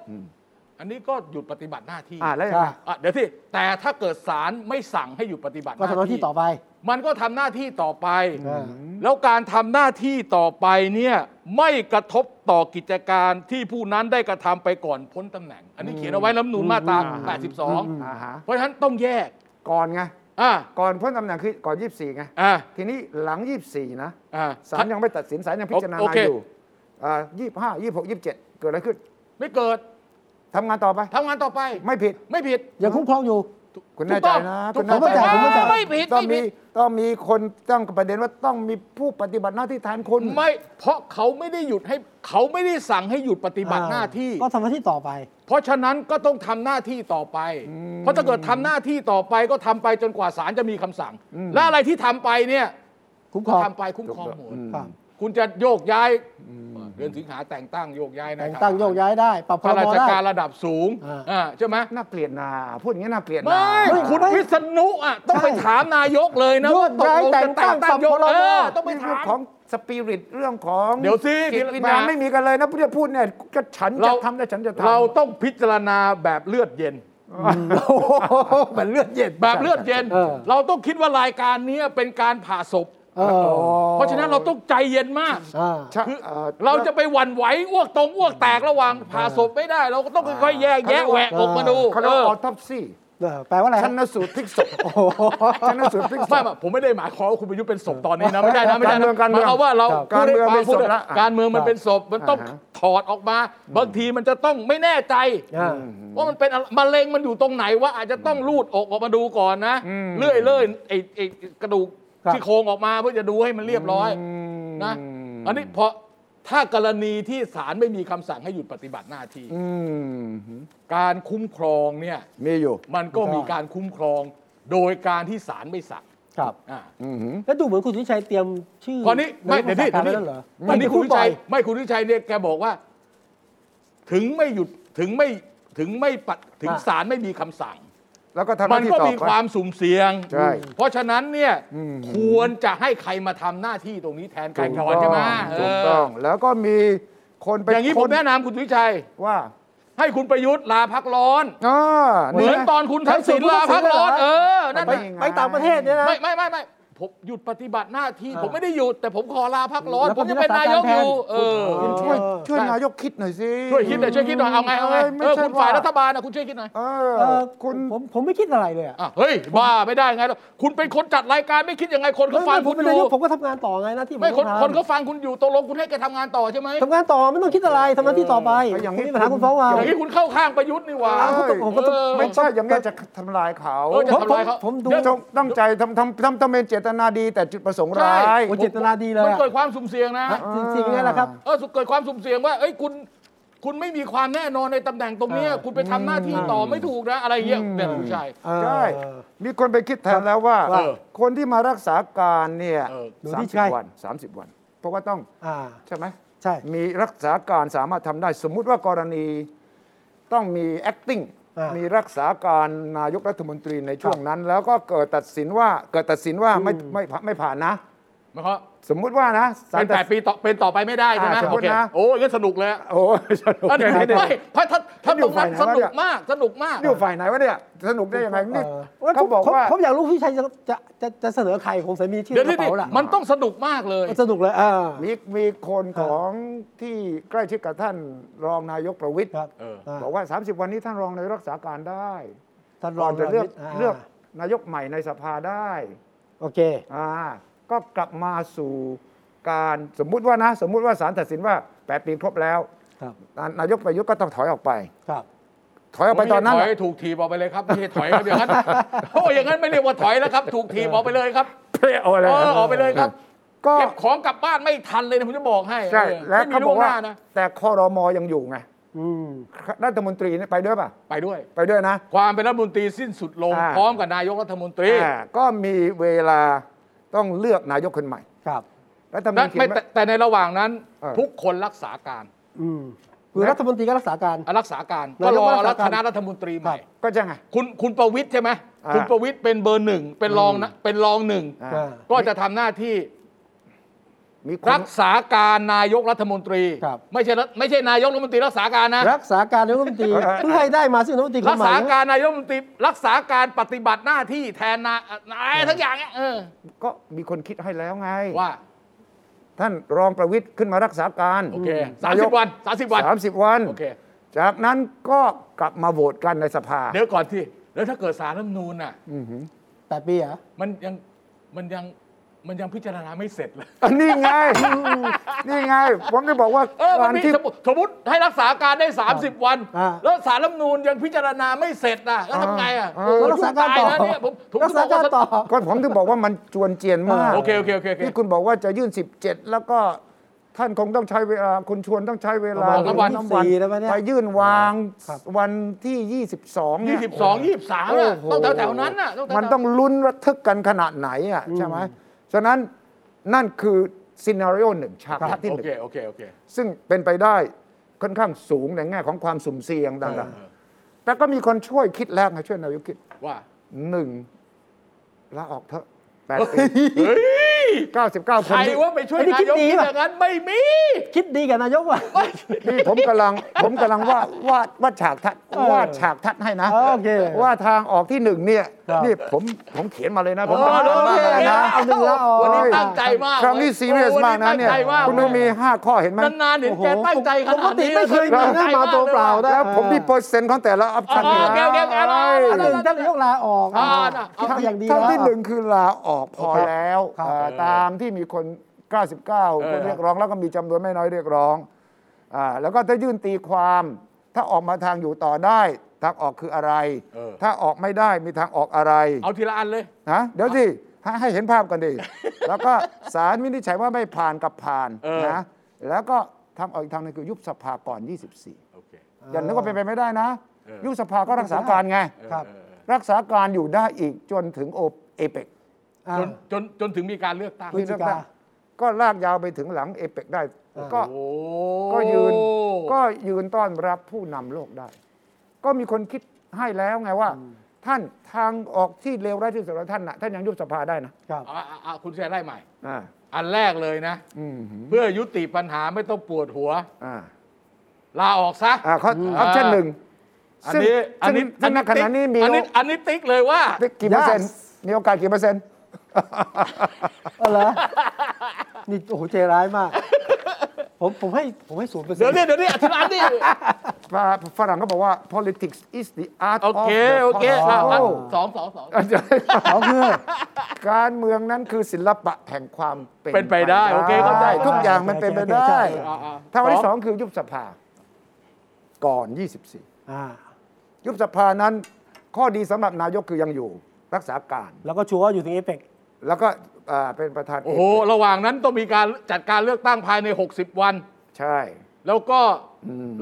Speaker 2: อันนี้ก็หยุดปฏิบัติหน้าที่
Speaker 3: อ่าแล้วยัง
Speaker 1: ใช่
Speaker 3: ไง
Speaker 2: อ่ะเดี๋ยวที่แต่ถ้าเกิดศาลไม่สั่งให้หยุดปฏิบัติ
Speaker 1: ก็ทำหน้าที่ต่อไป
Speaker 2: มันก็ทำหน้าที่ต่อไป
Speaker 1: อ่า
Speaker 2: แล้วการทำหน้าที่ต่อไปเนี่ยไม่กระทบต่อกิจการที่ผู้นั้นได้กระทำไปก่อนพ้นตำแหน่ง อันนี้เขียนเอาไว้รัฐธรรมนูญมาตรา
Speaker 3: อ่าฮะ
Speaker 2: 82 เพราะฉะนั้นต้องแยก
Speaker 3: ก่อนไง
Speaker 2: อ่า
Speaker 3: ก่อนพ้นตำแหน่งคือก่อน 24ไง
Speaker 2: อ่า
Speaker 3: ทีนี้หลัง 24 นะ
Speaker 2: อ่า
Speaker 3: ศาลยังไม่ตัดสินศาลยังพิจารณา
Speaker 2: โอเค
Speaker 3: อยู่อ่า25 26 27 เกิดอะไรขึ้น
Speaker 2: ไม่เกิด
Speaker 3: ทำงานต่อไป
Speaker 2: ทำงานต่อไป
Speaker 3: ไม่ผิด
Speaker 2: ไม่ผิด
Speaker 1: ยังคุ้มครองอยู่
Speaker 3: คุณ
Speaker 2: ถู
Speaker 3: แน่
Speaker 2: ก
Speaker 3: ใจ
Speaker 2: ต้อง
Speaker 3: นะ
Speaker 2: ถู
Speaker 3: คุ
Speaker 2: ก
Speaker 3: ณ
Speaker 2: ต้
Speaker 3: แน่
Speaker 2: อง
Speaker 3: ใจนะ
Speaker 1: ไม่ผิด
Speaker 2: ไม่ผิด
Speaker 3: ต้อง
Speaker 2: ไม่
Speaker 3: มี
Speaker 2: ผิด
Speaker 3: ต้องมีคนตั้งประเด็นว่าต้องมีผู้ปฏิบัติหน้าที่แทนคุณ
Speaker 2: ไม่เพราะเขาไม่ได้หยุดให้เขาไม่ได้สั่งให้หยุดปฏิบัติหน้าที่
Speaker 1: ก็ทำหน้าที่ต่อไป
Speaker 2: เพราะฉะนั้นก็ต้องทำหน้าที่ต่อไป เพราะถ้าเกิดทำหน้าที่ต่อไปก็ทำไปจนกว่าศาลจะมีคำสั่ง และอะไรที่ทำไปเนี่ย
Speaker 1: คุ้มค
Speaker 2: ก็
Speaker 1: รอง
Speaker 2: ทำไปคุ้มครองหมด
Speaker 1: ครับ
Speaker 2: คุณจะโยกย้ายเดือนสิงหาแต่งตั้งโยกย้ายนะ
Speaker 1: แต่งตั้งโยกย้ายได้ ปรับคอ
Speaker 2: ข้าร ราช
Speaker 1: ได้
Speaker 2: การระดับสูง
Speaker 1: อ่า
Speaker 2: อ่าใช่ไหม
Speaker 3: น่าเกลียดนะพูดอย่างนี้น่าเกลียดนะ
Speaker 2: ไม่คุณวิษณุอ่ะต้องไปถามนายกเลยนะ
Speaker 1: โยก
Speaker 2: ว่า
Speaker 1: ย้าย
Speaker 2: ลจะ
Speaker 1: แต่งตั้ง
Speaker 2: โยก
Speaker 1: ปรับครม
Speaker 2: เออต้องไป
Speaker 3: นี่เรื่อง
Speaker 2: ถาม
Speaker 3: ของสปิริตเรื่องของ
Speaker 2: เดี๋ยวสิ
Speaker 3: จิตวิญญาณ
Speaker 2: ทีละ
Speaker 3: ไม่มีกันเลยนะพูดพูดเนี่ยก็ฉันจะทำได้ฉันจะทำ
Speaker 2: เราต้องพิจารณาแบบเลือดเย็น
Speaker 3: โอ้โหเหมือนเลือดเย็น
Speaker 2: แบบเลือดเย็น
Speaker 1: เออ
Speaker 2: เราต้องคิดว่ารายการเนี้ยเป็นการผ่าศพ
Speaker 1: เออ
Speaker 2: เพราะฉะนั้นเราต้องใจเย็นมาก
Speaker 1: อ่า
Speaker 3: ใช่
Speaker 2: คือ
Speaker 3: อ่อ
Speaker 2: เราจะไปหวั่นไหวอ้วกตรงอ้วกแตกระหว่างผ่าศพไม่ได้ เราก็ต้องค่อยๆแยกแยะ
Speaker 3: เขาเรียกว่า
Speaker 2: แหวกออกมาดู
Speaker 3: เขาเรียก
Speaker 2: เอ
Speaker 3: ว่า
Speaker 2: อ
Speaker 3: ออทอปซี่
Speaker 1: เออแปลว่าอะไร
Speaker 3: ชั
Speaker 1: ฮะ
Speaker 3: นสูตรพลิกศพ
Speaker 1: โอ้โห
Speaker 3: ชันสูตรพลิกศ
Speaker 2: ไม่
Speaker 3: พ
Speaker 2: ไม่ผมไม่ได้หมายความว่าคุณประยุทธ์เป็นศพตอนนี้นะ ไม่ได้นะไม่ได้
Speaker 3: การเมื
Speaker 2: นะ
Speaker 3: องการ
Speaker 2: หมา
Speaker 3: เมือย ง
Speaker 2: ความว่าเรา
Speaker 1: ครับ
Speaker 3: การเมืองเป็นศพละ
Speaker 2: การเมืองมันเป็นศพมันต้องถอดออกมา บางทีมันจะต้องไม่แน่ใจ
Speaker 1: อ่า
Speaker 2: ว่ามันเป็นอะไรมะเร็งมันอยู่ตรงไหนว่าอาจจะต้องรูดอกออกมาดูก่อนนะเลื่อยเลื่อยไอ้ไอ้กระดูก
Speaker 1: ครับ
Speaker 2: ที่โครงออกมาเพื่อจะดูให้มันเรียบร้อยนะอันนี้เพราะถ้ากรณีที่ศาลไม่มีคำสั่งให้หยุดปฏิบัติหน้าที่
Speaker 3: อืม
Speaker 2: การคุ้มครองเนี่ย
Speaker 3: มีอยู่
Speaker 2: มันก็มีการคุ้มครอง โดยการที่ศาลไม่สั่ง
Speaker 1: ครับ
Speaker 2: อ่า
Speaker 3: อืม
Speaker 1: แล้วดูเหมือนคุณสุวิชัยเตรียมชื่อ
Speaker 2: ตอนนี้ไม่เดี๋ยวนี้
Speaker 1: ตอ
Speaker 2: เดี๋ย
Speaker 1: นนี้
Speaker 2: วนี้
Speaker 1: เหรอ
Speaker 2: ตอนนี้คุณวิชัย
Speaker 1: ไม่
Speaker 2: ไม่คุณวิชัยเนี่ยแกบอกว่า ถึงไม่หยุดถึงไม่ถึงไม่ปัดถึงศาลไม่มีคำสั่ง
Speaker 3: แล้วก็ทำห
Speaker 2: มั
Speaker 3: น้าน ที่
Speaker 2: ก็
Speaker 3: ต่อ
Speaker 2: มี
Speaker 3: ไป
Speaker 2: ความสุ่มเสี่ยง
Speaker 3: ใช่
Speaker 2: เพราะฉะนั้นเนี่ย
Speaker 3: อืม
Speaker 2: ควรจะให้ใครมาทำหน้าที่ตรงนี้แทนกัน
Speaker 3: ถู
Speaker 2: ก่อนใช่ไหม
Speaker 3: ถูกต้อง แล้วก็มีคน
Speaker 2: เอ
Speaker 3: ไป
Speaker 2: ออย่างนี้ผ
Speaker 3: ค้
Speaker 2: มแนะนำคุณวิชัย
Speaker 3: ว่า
Speaker 2: ให้คุณประยุทธ์ลาพักร้อน
Speaker 3: อ่า
Speaker 2: เหมือนตอนคุณทักษิณลาพักร้อน เออนั่น
Speaker 1: ไป
Speaker 2: น่ะ
Speaker 1: ไปต่างประเทศเนี่ยนะ
Speaker 2: ไม่ไม่ไม่ไม่ผมหยุดปฏิบัติหน้าที่
Speaker 1: อ่า
Speaker 2: ผมไม่ได้หยุดแต่ผมขอลาพักร้อน
Speaker 1: แล้ว
Speaker 2: ผมจะเป็น
Speaker 1: ผมจะ
Speaker 2: นายกอยู่
Speaker 1: ทำงานแทน
Speaker 2: เออ
Speaker 3: ช่วย
Speaker 1: เออ
Speaker 3: ช่วยนายกคิดหน่อยสิ
Speaker 2: ช่วยคิดหน่อยช่วยคิดหน่อยเอาไงเอาไง
Speaker 3: ไม่
Speaker 2: เออ
Speaker 3: ใช่
Speaker 2: คุณฝ่าย
Speaker 3: ว่า
Speaker 2: รัฐบาลนะคุณช่วยคิดหน่อย
Speaker 3: เอ
Speaker 1: เอ
Speaker 3: อ
Speaker 1: อคุ
Speaker 3: คุณ ณ
Speaker 1: ผมผมไม่คิดอะไรเลยอ่ะ
Speaker 2: อ่ะเฮ้ยบ้าไม่ได้ไงล่ะคุณเป็นคนจัดรายการไม่คิดยังไงคนเขา
Speaker 1: เฮ้ย
Speaker 2: ฟัง
Speaker 1: ไม่ผ
Speaker 2: คุ
Speaker 1: ม
Speaker 2: ณ
Speaker 1: เป็
Speaker 2: อน
Speaker 1: นาย
Speaker 2: ยู่
Speaker 1: กผมก็ทำงานต่อไงหน้าที่ผม
Speaker 2: ไม่คน
Speaker 1: ต้องทำ
Speaker 2: คนเขาฟังคุณอยู่ตกลงคุณให้แกทำงานต่อใช่ไหม
Speaker 1: ทำงานต่อไม่ต้องคิดอะไรทำหน้าที่ต่อไปคุณมีปัญหาคุณฟ้องเรา
Speaker 2: อย่างนี้คุณเข้าข้างประยุทธ์นี่หว่า
Speaker 1: เอาผมก็ผมก็ต้อง
Speaker 2: เออ
Speaker 3: ไม่ใช่อย่างนี้จะทำลายเขา
Speaker 2: เออจะทำลายเขา
Speaker 1: ผมดู
Speaker 2: เดี๋ยว
Speaker 3: จงตั้งใจทำทำทำทำเป็นเจตนาดีแต่จุดประสงค์
Speaker 2: ใช่
Speaker 3: ร้าย
Speaker 1: โอ้เจตนาดีเลย
Speaker 2: มัน
Speaker 1: อะ
Speaker 2: เกิดความสุ่มเสี่ยงนะ
Speaker 1: ฮะจริงๆไงล่ะครับ
Speaker 2: เออเกิดความสุ่มเสี่ยงว่าเอ้ยคุณ คุณไม่มีความแน่นอนในตำแหน่งตรงเนี้ย
Speaker 1: เออ
Speaker 2: คุณไปทำหน้าที่ต่อไม่ถูกนะอะไรเงี้ยเนี่ยคุณชัย
Speaker 3: ใช่มีคนไปคิดแทนแล้วว่า
Speaker 2: ว่า
Speaker 3: คนที่มารักษาการเนี่ย
Speaker 2: เออ
Speaker 1: ดู
Speaker 3: สา
Speaker 1: ที่
Speaker 3: มสิ
Speaker 1: ใช่
Speaker 3: บวันสามสิบวัน เพราะว่าต้อง
Speaker 1: อ่า
Speaker 3: ใช่ไหม
Speaker 1: ใช่
Speaker 3: มีรักษาการสามารถทำได้สมมุติว่ากรณีต้องมี acting
Speaker 1: อ่ามี
Speaker 3: มีรักษาการนายกรัฐมนตรีในช่วงนั้น แล้วก็เกิดตัดสินว่าเกิดตัดสินว่าไม่ไม่ผ่านไม่ผ่านนะ
Speaker 2: หมายความ
Speaker 3: สมมุติว่านะศาล
Speaker 2: เป็น
Speaker 3: ตัด
Speaker 2: แปดปีต่อเป็นต่อไปไม่ได้ใช่ไหม
Speaker 3: อ่าสม
Speaker 2: โอ
Speaker 3: มุติ
Speaker 2: เค
Speaker 3: นะ
Speaker 2: โอ้ยงั้นสนุกเลยอะ
Speaker 3: โอ้ยสนุก
Speaker 2: อันนี้
Speaker 3: ได้เนี่ย
Speaker 2: ไม่เพราะถ้าถ้าตรงนั้น
Speaker 3: นี่
Speaker 2: ส
Speaker 3: ฝ่ายไหนวะ
Speaker 2: นุ
Speaker 3: เนี่
Speaker 2: ก
Speaker 3: ย
Speaker 2: มากสนุกมาก
Speaker 3: นี่อยู่ฝ่ายไหนวะเนี่ยสนุกได้ยังไงนี่เขาบอกว่า
Speaker 1: ผมอยากรู้พี่ชัยจะจะจะจะเสนอใครผมใส่มีชื่อ
Speaker 2: เดี๋ยว
Speaker 1: ก
Speaker 2: นี้
Speaker 1: ระเป๋าละ
Speaker 2: มันต้องสนุกมากเลย
Speaker 1: สนุกเลยอ่า
Speaker 3: มีมีคนของที่ใกล้ชิดกับท่านรองนายกประวิตย
Speaker 1: ครับ
Speaker 2: เออ
Speaker 1: า
Speaker 3: บอกว่า 30 วันนี้ท่านรองนายกรักษาการได้
Speaker 1: ท่านร
Speaker 3: ก่
Speaker 1: อ
Speaker 3: อง นจะเลือก
Speaker 1: ประวิตย
Speaker 3: เลือก
Speaker 1: าน
Speaker 3: ายกใหม่ในสภาได้
Speaker 1: โอเค
Speaker 3: อ่าก็กลับมาสู่การสมมุติว่านะ สมมุติว่าศาลตัดสินว่า 8 ปีครบแล้ว
Speaker 1: ครับ
Speaker 3: นานายกประยุทธ์ก็ต้องถอยออกไป
Speaker 1: ครับ
Speaker 3: ถอยออกไปตอนนั้น
Speaker 2: ถ
Speaker 3: แห
Speaker 2: อย
Speaker 3: ละ
Speaker 2: ถูกทีบออกไปเลยครับไม่ใช่ถอยครับอย่างนั้น โอ้ยอย่างนั้นไม่เรียกว่าถอยแล้วครับ ถูกทีบออกไปเลยครับ
Speaker 3: เพลโอา
Speaker 2: เอ
Speaker 3: เลย
Speaker 2: อออกไปเลยครับ
Speaker 3: ก็
Speaker 2: เก็บของกลับบ้านไม่ทันเลยนะผมจะบอกให้
Speaker 3: ใช่
Speaker 2: เออ
Speaker 3: และ
Speaker 2: ไม่มี
Speaker 3: เขาบอกว่า
Speaker 2: ล่งหน้นะ
Speaker 3: แต่คอรมอยังอยู่ไง
Speaker 1: อืม
Speaker 3: รัฐมนตรีเนี่ยไปด้วยป่ะ
Speaker 2: ไปด้วย
Speaker 3: ไปด้วยนะ
Speaker 2: ความเป็นรัฐมนตรีสิ้นสุดลง
Speaker 3: อ่า
Speaker 2: พร้อมกับนายกรัฐมนตรี
Speaker 3: อ่าก็มีเวลาต้องเลือกนายกคนใหม่
Speaker 1: ครับ
Speaker 3: รัฐมน
Speaker 2: และ
Speaker 3: ตรี
Speaker 2: ไม่แต่แต่ในระหว่างนั้น
Speaker 3: เออ
Speaker 2: ทุกคนรักษาการ
Speaker 1: อืม คือรัฐมนตรีก็รักษาการ
Speaker 2: รักษาการ
Speaker 1: นา
Speaker 2: ก็
Speaker 1: ย
Speaker 2: ร
Speaker 1: ก
Speaker 2: อ
Speaker 1: รักษาการ
Speaker 2: รัฐคณะรัฐมนตรีใหม่
Speaker 3: ก็จะไง
Speaker 2: คุณคุณประวิทย์ใช่ไหม
Speaker 3: อ่า
Speaker 2: คุณประวิทย์เป็นเบอร์หนึ่งเป็นรองนะเป็นรองหนึ่ง
Speaker 3: อ่า
Speaker 1: อ่า
Speaker 2: ก็จะทำหน้าที่
Speaker 3: มีคน
Speaker 2: รักษาการนายกรัฐมนตรี
Speaker 1: ครับ
Speaker 2: ไม่ใช่รัฐไม่ใช่นายกรัฐมนตรีรักษาการนะ
Speaker 1: รักษาการนายกรัฐมนตรีเพื่อให้ได้มาซึ่งรัฐมนตรีค
Speaker 2: รั
Speaker 1: น
Speaker 2: ก
Speaker 1: ใหม่
Speaker 2: ษา
Speaker 1: นะ
Speaker 2: การนายกรัฐมนตรีรักษาการปฏิบัติหน้าที่แทนนานายทั้งอย่างเนี่ยเออ
Speaker 3: ก็มีคนคิดให้แล้วไง
Speaker 2: ว่า
Speaker 3: ท่านรองประวิทย์ขึ้นมารักษาการ
Speaker 2: โอเคสา
Speaker 3: าม ย
Speaker 2: สิ
Speaker 3: ก
Speaker 2: บวันสามสิบวัน
Speaker 3: สามสิบวัน
Speaker 2: โอเค
Speaker 3: จากนั้นก็กลับมาโหวตกันในสภา
Speaker 2: เดี๋ยวก่อนที่แล้วถ้าเกิดสารรัฐธรรมนูญน่ะ
Speaker 1: แต่ปีเหรอ่ะ
Speaker 2: มันยังมันยังมันยังพิจารณาไม่เสร็จเลย
Speaker 3: อันนี้ไง นี่ไง ผมจะบอกว่า
Speaker 2: เออมั
Speaker 3: กาน ร
Speaker 2: มี
Speaker 3: ที่
Speaker 2: สมมุติสมมติให้รักษาการได้ 30 วัน
Speaker 1: า
Speaker 2: แล้วสารรัฐธรรมนูญยังพิจารณาไม่เสร็จน่ะแล้วทำไงอ่ะ
Speaker 3: เอ
Speaker 2: โอ้
Speaker 3: อ
Speaker 2: โห
Speaker 1: รักษาการ
Speaker 2: ตาย
Speaker 1: ต่อ
Speaker 2: แล้วเนี่ยผมผม
Speaker 1: รักษาการต่อ
Speaker 3: ก็ผมถึงบอกว่ามันจวนเจียนมาก
Speaker 2: โอเคโอเคโอเคโอเค
Speaker 3: ที่คุณบอกว่าจะยื่น 17 แล้วก็ท่านคงต้องใช้เวลาคุณชวนต้องใช้เวลา
Speaker 1: ประมาณ
Speaker 3: ถึง
Speaker 1: วันที่สี่แล้วปะเนี่ย
Speaker 3: ไปยื่นวาง
Speaker 1: ครับ
Speaker 3: วันที่ 22
Speaker 2: ยี่
Speaker 3: เนี่ย
Speaker 2: สิบสองยี่สิบสามน่ะ
Speaker 3: โโห
Speaker 2: ต้องแถวๆนั้นน่ะแถวๆ
Speaker 3: มันต้องลุ้นระทึกกันขนาดไหนอ่ะใช่ไหมฉะนั้นนั่นคือซีนารีโอหนึ่งฉากทัศน์ที่ห
Speaker 2: โอ
Speaker 3: นึ่ง
Speaker 2: เคโอเคโอเค
Speaker 3: ซึ่งเป็นไปได้ค่อนข้างสูงในแง่ของความสุ่มเสี่ยง
Speaker 2: เอ
Speaker 3: ต่าง
Speaker 2: อ
Speaker 3: ๆ แต่ก็มีคนช่วยคิดแล้วไงช่วยนายกคิด
Speaker 2: ว่า
Speaker 3: หนึ่งลาออกเถอะแปดปี
Speaker 2: เฮ้ย
Speaker 3: เก้าสิบเก้าค
Speaker 2: ใคร
Speaker 3: นที่
Speaker 2: ว่าไปช่วย
Speaker 1: ไม่ได้
Speaker 2: นา
Speaker 1: คิด
Speaker 2: ยก
Speaker 1: ดี
Speaker 2: คิด
Speaker 1: ป่ะ
Speaker 2: อย่างนั้นไม่มี
Speaker 1: คิดดีกับนายกว่ะ
Speaker 3: นี่ผมกำลังผมกำลังว่าว่าดว่าดฉากทัศน์
Speaker 1: เออ
Speaker 3: ว่าดฉากทัศน์ให้นะ
Speaker 1: เออโอเค
Speaker 3: ว่าทางออกที่หนึ่งเนี่ย
Speaker 1: ครับ
Speaker 3: นี่ผมผมเขียนมาเลยนะผม
Speaker 2: เออ
Speaker 3: ทำงาน
Speaker 2: โอ
Speaker 3: มาก
Speaker 2: เค
Speaker 3: เลยนะ
Speaker 1: เอาหนึ่งละออก
Speaker 2: วันนี้ตั้งใจมาก
Speaker 3: ครั้งนี้ซีเรียสมากนะเนี่ย
Speaker 2: วัตั้งใจมาก
Speaker 3: คุณต้องมี 5 ข้อเห็นไหม
Speaker 2: นานๆเห็นแกตั้งใจขนาดนี้
Speaker 1: ปกติไม่เคยมีนะมาตัวเปล่านะ
Speaker 3: แล้วผมมีเปอร์เซ็นต์ของแต่ละออป
Speaker 2: อ๋อ
Speaker 3: ชั่นอยู่
Speaker 2: โอเค
Speaker 3: นะ
Speaker 2: โอเคโอเคเอา
Speaker 1: อันห
Speaker 2: เอาเอา
Speaker 1: นึ่ง
Speaker 2: เอา
Speaker 1: ท่านนายกลาออก
Speaker 2: อ่าน่ะ
Speaker 1: ทำอย่างดี
Speaker 3: ขั้น
Speaker 1: แล้ว
Speaker 3: ที่หนึ่งคือลาออกพอแล้ว
Speaker 1: ครับ
Speaker 3: เอ่อตามที่มีคน 99 คนเรียกร้องแล้วก็มีจำนวนไม่น้อยเรียกร้องอ่าแล้วก็ถ้ายื่นตีความ ถ้าออกมาทางอยู่ต่อได้ ทางออกคืออะไร
Speaker 2: เออ
Speaker 3: ถ้าออกไม่ได้มีทางออกอะไร
Speaker 2: เอาทีละอันเลย
Speaker 3: นะเดี๋ยวสิให้ให้เห็นภาพกันดิ แล้วก็ สารวินิจฉัยว่าไม่ผ่านกับผ่าน
Speaker 2: เออ
Speaker 3: นะ แล้วก็ทางออกอีกทางหนึงคือยุบสภาก่อน 24
Speaker 2: โอเค
Speaker 3: อย่านึกว่าเป็นไปไม่ได้นะ
Speaker 2: เออ
Speaker 3: ยุบสภาก็รักษาการไง
Speaker 2: เออ
Speaker 1: ครับ
Speaker 2: เออเออ
Speaker 3: รักษาการอยู่ได้อีกจนถึงโอเอเปก
Speaker 1: อ่า
Speaker 2: จนจนจนถึงมีการเลือกตั้ง
Speaker 1: พฤศจิกา
Speaker 3: ก็ลากยาวไปถึงหลังเอเปกได้
Speaker 1: เออ
Speaker 3: ก็
Speaker 2: โอ้
Speaker 3: ก็ยืน ก็ยืนต้อนรับผู้นำโลกได้ ก็มีคนคิดให้แล้วไงว่า ท่านทางออกที่เลวร้ายที่สุดของท่านนะท่านยังยุบสภาได้นะครับ
Speaker 2: เอาเอาเอาคุณแชร์ไล่ใหม่
Speaker 3: อ่า
Speaker 2: อันแรกเลยนะ
Speaker 3: อืม
Speaker 2: เพื่อยุติปัญหาไม่ต้องปวดหัว
Speaker 3: อ่า
Speaker 2: ลาออกซะ
Speaker 3: อ่าข้อออปชั่นหนึ่ง
Speaker 2: อัน
Speaker 3: ซึ่ง
Speaker 2: นี้อันนี้
Speaker 3: ซึ่งณขณะนี้มี
Speaker 2: อันนี้อันนี้ติ๊กเลยว่า
Speaker 3: กี่เปอร์เซ็นต์มีโอกาสกี่เปอร์ เซ็นต์
Speaker 1: เออเหรอนี่โอ้โหใจร้ายมาก ผมผมให้ผมให้ศูนย์เปอร์เซ็
Speaker 2: เดี๋ยวน
Speaker 1: ต์
Speaker 2: นี้เดี๋ยวนี้ทีละอันนี้
Speaker 3: ฝรั่งฝรั่งก็บอกว่า politics is the art
Speaker 2: โอ
Speaker 3: of
Speaker 2: เค
Speaker 3: the
Speaker 2: โอเคอ่ะอ่ะ
Speaker 3: possible
Speaker 2: สองสองสอง
Speaker 1: เขาคือ
Speaker 3: การเมืองนั้นคือศิลปะแห่งความ
Speaker 2: เป็นไปได้โอเคเข้าใจ
Speaker 3: ทุกอย่างมันเป็นไปได้
Speaker 1: อ่า
Speaker 3: ถ้าวันที่สองคือยุบสภา ก่อน
Speaker 1: อ่า
Speaker 3: 24 ยุบสภานั้นข้อดีสำหรับนายกคือยังอยู่รักษาการ
Speaker 1: แล้วก็ชัวร์ว่าอยู่ถึงเอเปก
Speaker 3: แล้วก็อ่าเป็นประธาน
Speaker 2: โอ้โห ระหว่างนั้นต้องมีการจัดการเลือกตั้งภายใน 60 วัน
Speaker 3: ใช่
Speaker 2: แล้วก็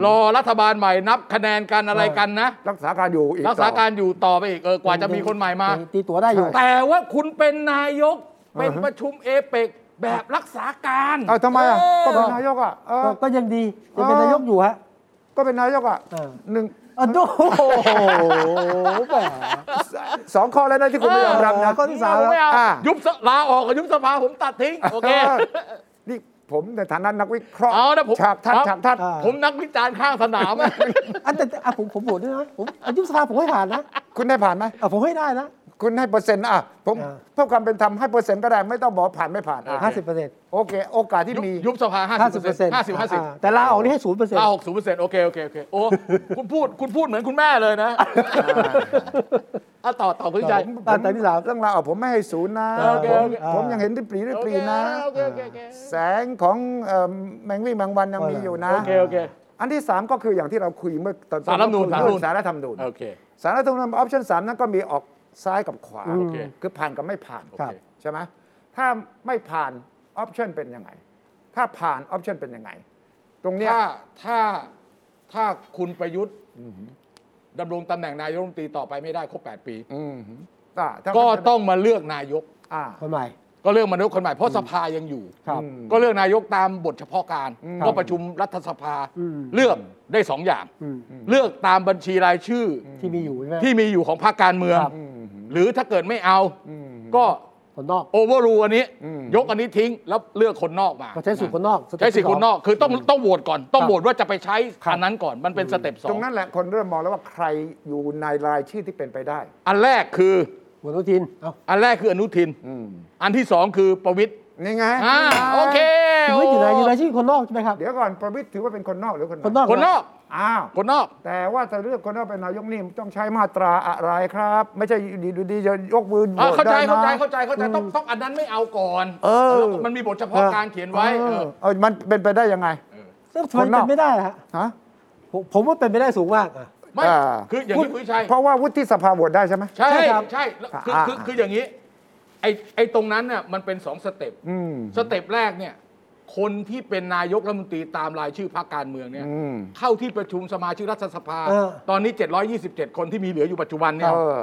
Speaker 2: รอรัฐบาลใหม่นับคะแนนกันอะไรกันนะ
Speaker 3: รักษาการอยู่อีก
Speaker 2: รักษา
Speaker 3: ต่อ
Speaker 2: การอยู่ต่อไปอีกเออกว่าจะมีคนใหม่มา
Speaker 1: ตีตัวได้อยู่
Speaker 2: แต่ว่าคุณเป็นนายกเป็นประชุมเอเปกแบบรักษาการ
Speaker 3: เอาทำไมอ่ะ
Speaker 2: เ
Speaker 3: ก็เป็นนายกอ่ะเออ
Speaker 1: ก็ก็ยังดียังเป็นนายกอยู่ฮะ
Speaker 3: ก็เป็นนายกอ่ะ
Speaker 1: เออ
Speaker 3: หนึ่ง
Speaker 1: อ่ะโอ้โหแหม
Speaker 3: สองข้อแล้วนะที่คุณไม่ยอมรับนะ
Speaker 1: เออข้อที่สาม
Speaker 2: ไม่เอา
Speaker 3: อ่ะ
Speaker 2: ยุบสลาออกกับยุบสภาผมตัดทิ้ง โอเค
Speaker 3: เออนี่ผมในฐานะนักวิเคราะห์
Speaker 2: เอานะผม
Speaker 3: ฉากทัด
Speaker 2: เอา
Speaker 3: ฉากทัด
Speaker 1: อ่า
Speaker 2: ผมนักวิจารณ์ข้างสนามอะ
Speaker 1: อันแต่แต่อ่ะผมผมโหวตด้วยนะ ผมอายุสภาผมให้ผ่านนะ
Speaker 3: คุณได้ผ่านไหม
Speaker 1: อ่ะผมให้ได้นะ
Speaker 3: คุณให้เปอร์เซ็นต์อ่ะผม
Speaker 1: เออ
Speaker 3: เพื่อความเป็นธรรมให้เปอร์เซ็นต์ก็ได้ไม่ต้องบอกผ่านไม่ผ่านอ่ะ
Speaker 1: ห้าสิบเปอร์เซ็นต์
Speaker 3: โอเค โอกาสที่มี
Speaker 2: ยุบสภา
Speaker 1: ห้าสิบเปอร์เซ็นต์
Speaker 2: 50% 50 50
Speaker 1: แต่ลาออกนี่ให้ศูนย์เปอร์เซ็นต์
Speaker 2: เก้าหกศูนย์เปอร์เซ็นต์โอเค โอเค โอเค โอ้ คุณพูด คุณพูดเหมือนคุณแม่เลยนะเอาต่อ ต่อคุณใจ
Speaker 3: ผม
Speaker 1: อ่ะแต่ที่สาม
Speaker 3: เรื่องราวอ่ะผมไม่ให้ศูนย์นะ
Speaker 1: โอเค
Speaker 3: ผม
Speaker 1: โอเค
Speaker 3: ผมยังเห็นที่ปลีด้วยปลีนะ
Speaker 2: โอเคโอเคโอเค
Speaker 3: แสงของเอ่อแมงวี่แมงวันยังมีอยู่นะ
Speaker 2: โอเค โอเค
Speaker 3: อันที่ 3 ก็คืออย่างที่เราคุยเมื่อตอน
Speaker 2: สารรัฐธรรมนูญ
Speaker 3: เรื่องสารรัฐธรรมนูญ
Speaker 2: โอเค
Speaker 3: สารรัฐธรรมนูญออปชั่นสามนั้นก็มีออกซ้ายกับขวา
Speaker 1: อืมโอเค
Speaker 3: คือผ่านกับไม่ผ่าน
Speaker 1: ครับ
Speaker 3: ใช่ไหมถ้าไม่ผ่านออปชั่นเป็นยังไง ถ้าผ่านออปชั่นเป็นยังไง ตรงเนี้ย
Speaker 2: ถ้า ถ้า ถ้าคุณประยุทธ์ดำรงตำแหน่งนายกรัฐมนตรีต่อไปไม่ได้ครบ 8 ปี
Speaker 3: อืมอ่าถ้า
Speaker 2: ก็ต้องมาเลือกนายก
Speaker 3: อ่า
Speaker 1: คนใหม่
Speaker 2: ก็เลือกมนุษย์คนใหม่เพราะสภายังอยู่
Speaker 1: ครับ
Speaker 3: อืม
Speaker 2: ก็เลือกนายกตามบทเฉพาะการ
Speaker 3: อืม
Speaker 2: ก็ประชุมรัฐสภา
Speaker 1: อืม
Speaker 2: เลือกได้สองอย่าง
Speaker 1: อืม
Speaker 2: เลือกตามบัญชีรายชื่ออ
Speaker 1: ที่มีอยู่ใช่ไหม
Speaker 2: ที่มีอยู่ของพรรคการเมือง
Speaker 1: ครับ
Speaker 3: อืม
Speaker 2: หรือถ้าเกิดไม่เอา
Speaker 3: อืม
Speaker 2: ก็
Speaker 1: คนนอก
Speaker 2: โอเวอร์รูอันนี้
Speaker 3: อืม
Speaker 2: ยกอันนี้ทิ้งแล้วเลือกคนนอกมา
Speaker 1: ก็ใช้สูตรคนนอกเป
Speaker 2: ใช้สิทธิ์
Speaker 1: ที่
Speaker 2: คนนอกคือต้องต้องโหวตก่อน ต้อง
Speaker 1: ครับ
Speaker 2: โหวตว่าจะไปใช้
Speaker 1: ครับ
Speaker 2: อันนั้นก่อนมันเป็นสเต็ปสอ
Speaker 3: ตรง งนั้นแหละคนเริ่มมองแล้วว่าใครอยู่ในรายชื่อที่เป็นไปได้
Speaker 2: อันแรกคือ
Speaker 1: หัวโนุทินเอา
Speaker 2: อันแรกคืออนุทิน
Speaker 3: อืม
Speaker 2: อันที่สองคือประวิตย
Speaker 3: นี่ไง
Speaker 2: อ่าโอเค
Speaker 1: ถือ
Speaker 2: โอ้
Speaker 1: ว่าอยู่ในอยู่ในชื่อคนนอกใช่ไหมครับ
Speaker 3: เดี๋ยวก่อนประวิตรถือว่าเป็นคนนอกหรือคน
Speaker 1: คนนอก
Speaker 2: คนนอก
Speaker 3: อ้าว
Speaker 2: คนนอก
Speaker 3: แต่ว่าจะเลือกคนนอกเป็นนายกนี่ต้องใช้มาตราอะไรครับ ไม่ใช่อยู่ดีๆจะยกมือโหว
Speaker 2: อ่ะ
Speaker 3: ต
Speaker 2: เข้าใจ
Speaker 3: ได้นะ
Speaker 2: เข้าใจเข้าใจเข้าใจต้องต้องอันนั้นไม่เอาก่อน
Speaker 3: เออ
Speaker 2: แล้วก็มันมีบทเฉพาะการเขียนไว้
Speaker 3: เอ
Speaker 2: เอ
Speaker 3: อ
Speaker 2: อ
Speaker 3: เออมันเป็นไปได้ยังไง
Speaker 1: ซึ่งมัน
Speaker 3: คนน
Speaker 1: เป็
Speaker 3: อก
Speaker 1: นไม่ได้นะฮะ
Speaker 3: ฮะ
Speaker 1: ผมผมว่าเป็นไม่ได้สูงมากอ่ะ
Speaker 2: ไม่
Speaker 3: อ่า
Speaker 2: คืออย่างที่คุณวิชัย
Speaker 3: เพราะว่าวุฒิสภาโหวตได้ใช่ไหม
Speaker 2: ใช่
Speaker 1: ใช่ครับ
Speaker 2: ใช่แล้วคือ
Speaker 3: อ่า
Speaker 2: คือคืออย่างนี้ไอไอตรงนั้นเนี่ยมันเป็นสองสเต็ป
Speaker 3: อืม
Speaker 2: สเต็ปแรกเนี่ย คนที่เป็นนายกรัฐมนตรีตามรายชื่อพรรคการเมืองเนี่ย
Speaker 3: อืม
Speaker 2: เข้าที่ประชุมสมาชิกรัฐสภา
Speaker 1: เออ
Speaker 2: ตอนนี้ 727 คนที่มีเหลืออยู่ปัจจุบันเนี่ย
Speaker 3: เออ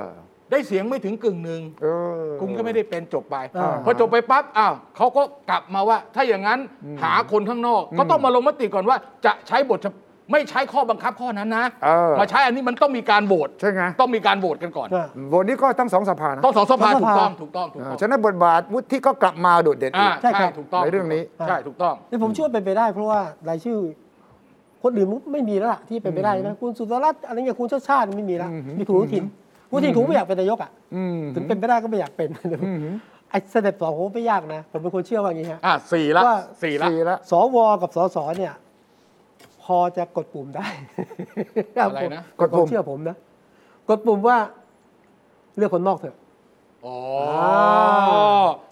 Speaker 2: ได้เสียงไม่ถึงกึ่งหนึ่ง
Speaker 3: เออ
Speaker 2: คุณก็ไม่ได้เป็นจบไป
Speaker 1: อ่า
Speaker 2: พอจบไปปั๊บอ้าวเขาก็กลับมาว่า ถ้าอย่างนั้นหาคนข้างนอก ก็ต้องมาลงมติก่อนว่าจะใช้บทเฉพไม่ใช้ข้อบังคับข้อนั้นนะ
Speaker 3: เออ
Speaker 2: มาใช้อันนี้มันต้องมีการโหวต
Speaker 3: ใช่ไง
Speaker 2: ต้องมีการโหวตกันก่อน
Speaker 1: อ่ะ
Speaker 3: โหวตนี้ก็ตั้งสองสภานะ
Speaker 2: ต้องสองสภา
Speaker 1: สองสภา
Speaker 2: ถูกต้องถูกต้องถูก
Speaker 3: เอ
Speaker 2: ต้
Speaker 3: อ
Speaker 2: อง
Speaker 3: ฉะนั้นบทบาทวุฒิก็กลับมาโดดเด่นอี
Speaker 2: อ่าก
Speaker 1: ใช่
Speaker 2: ใช่
Speaker 1: ครับ
Speaker 2: ถูกต้อง
Speaker 3: ในเรื่องนี้
Speaker 2: ใช่ถูกต้อง
Speaker 1: นี่ผมเชื่อว่าเป็นไปได้ เพราะว่ารายชื่อ คนอื่นไม่มีแล้วล่ะที่เป็นไปได้ใช่ไหมคุณสุดารัตน์อะไรเงี้ยคุณชาติชาติไม่มีแล้วมีคุณอนุทินคุณอนุทินคงไม่อยากเป็นนายกอ่ะ
Speaker 3: อืม
Speaker 1: ถึงเป็นไปได้ก็ไม่อยากเป็นไอ้สเต็ปสองผมว่าไม่ยากนะผมเป็นคนเชื่อว่าอย่างนี้ฮะ
Speaker 2: อ่าสี่ละ
Speaker 1: ว่า
Speaker 2: สี่ละ
Speaker 3: สี่ละ
Speaker 1: สวกับสสเนี่ย พอจะกดปุ่มได้
Speaker 2: อะไรนะ
Speaker 1: กด
Speaker 3: กด
Speaker 1: ปุ่
Speaker 3: ปุ่
Speaker 1: ม
Speaker 3: ม
Speaker 1: เชื่อผมนะกดปุ่มว่าเลือกคนนอกเถอะ
Speaker 2: อ๋อ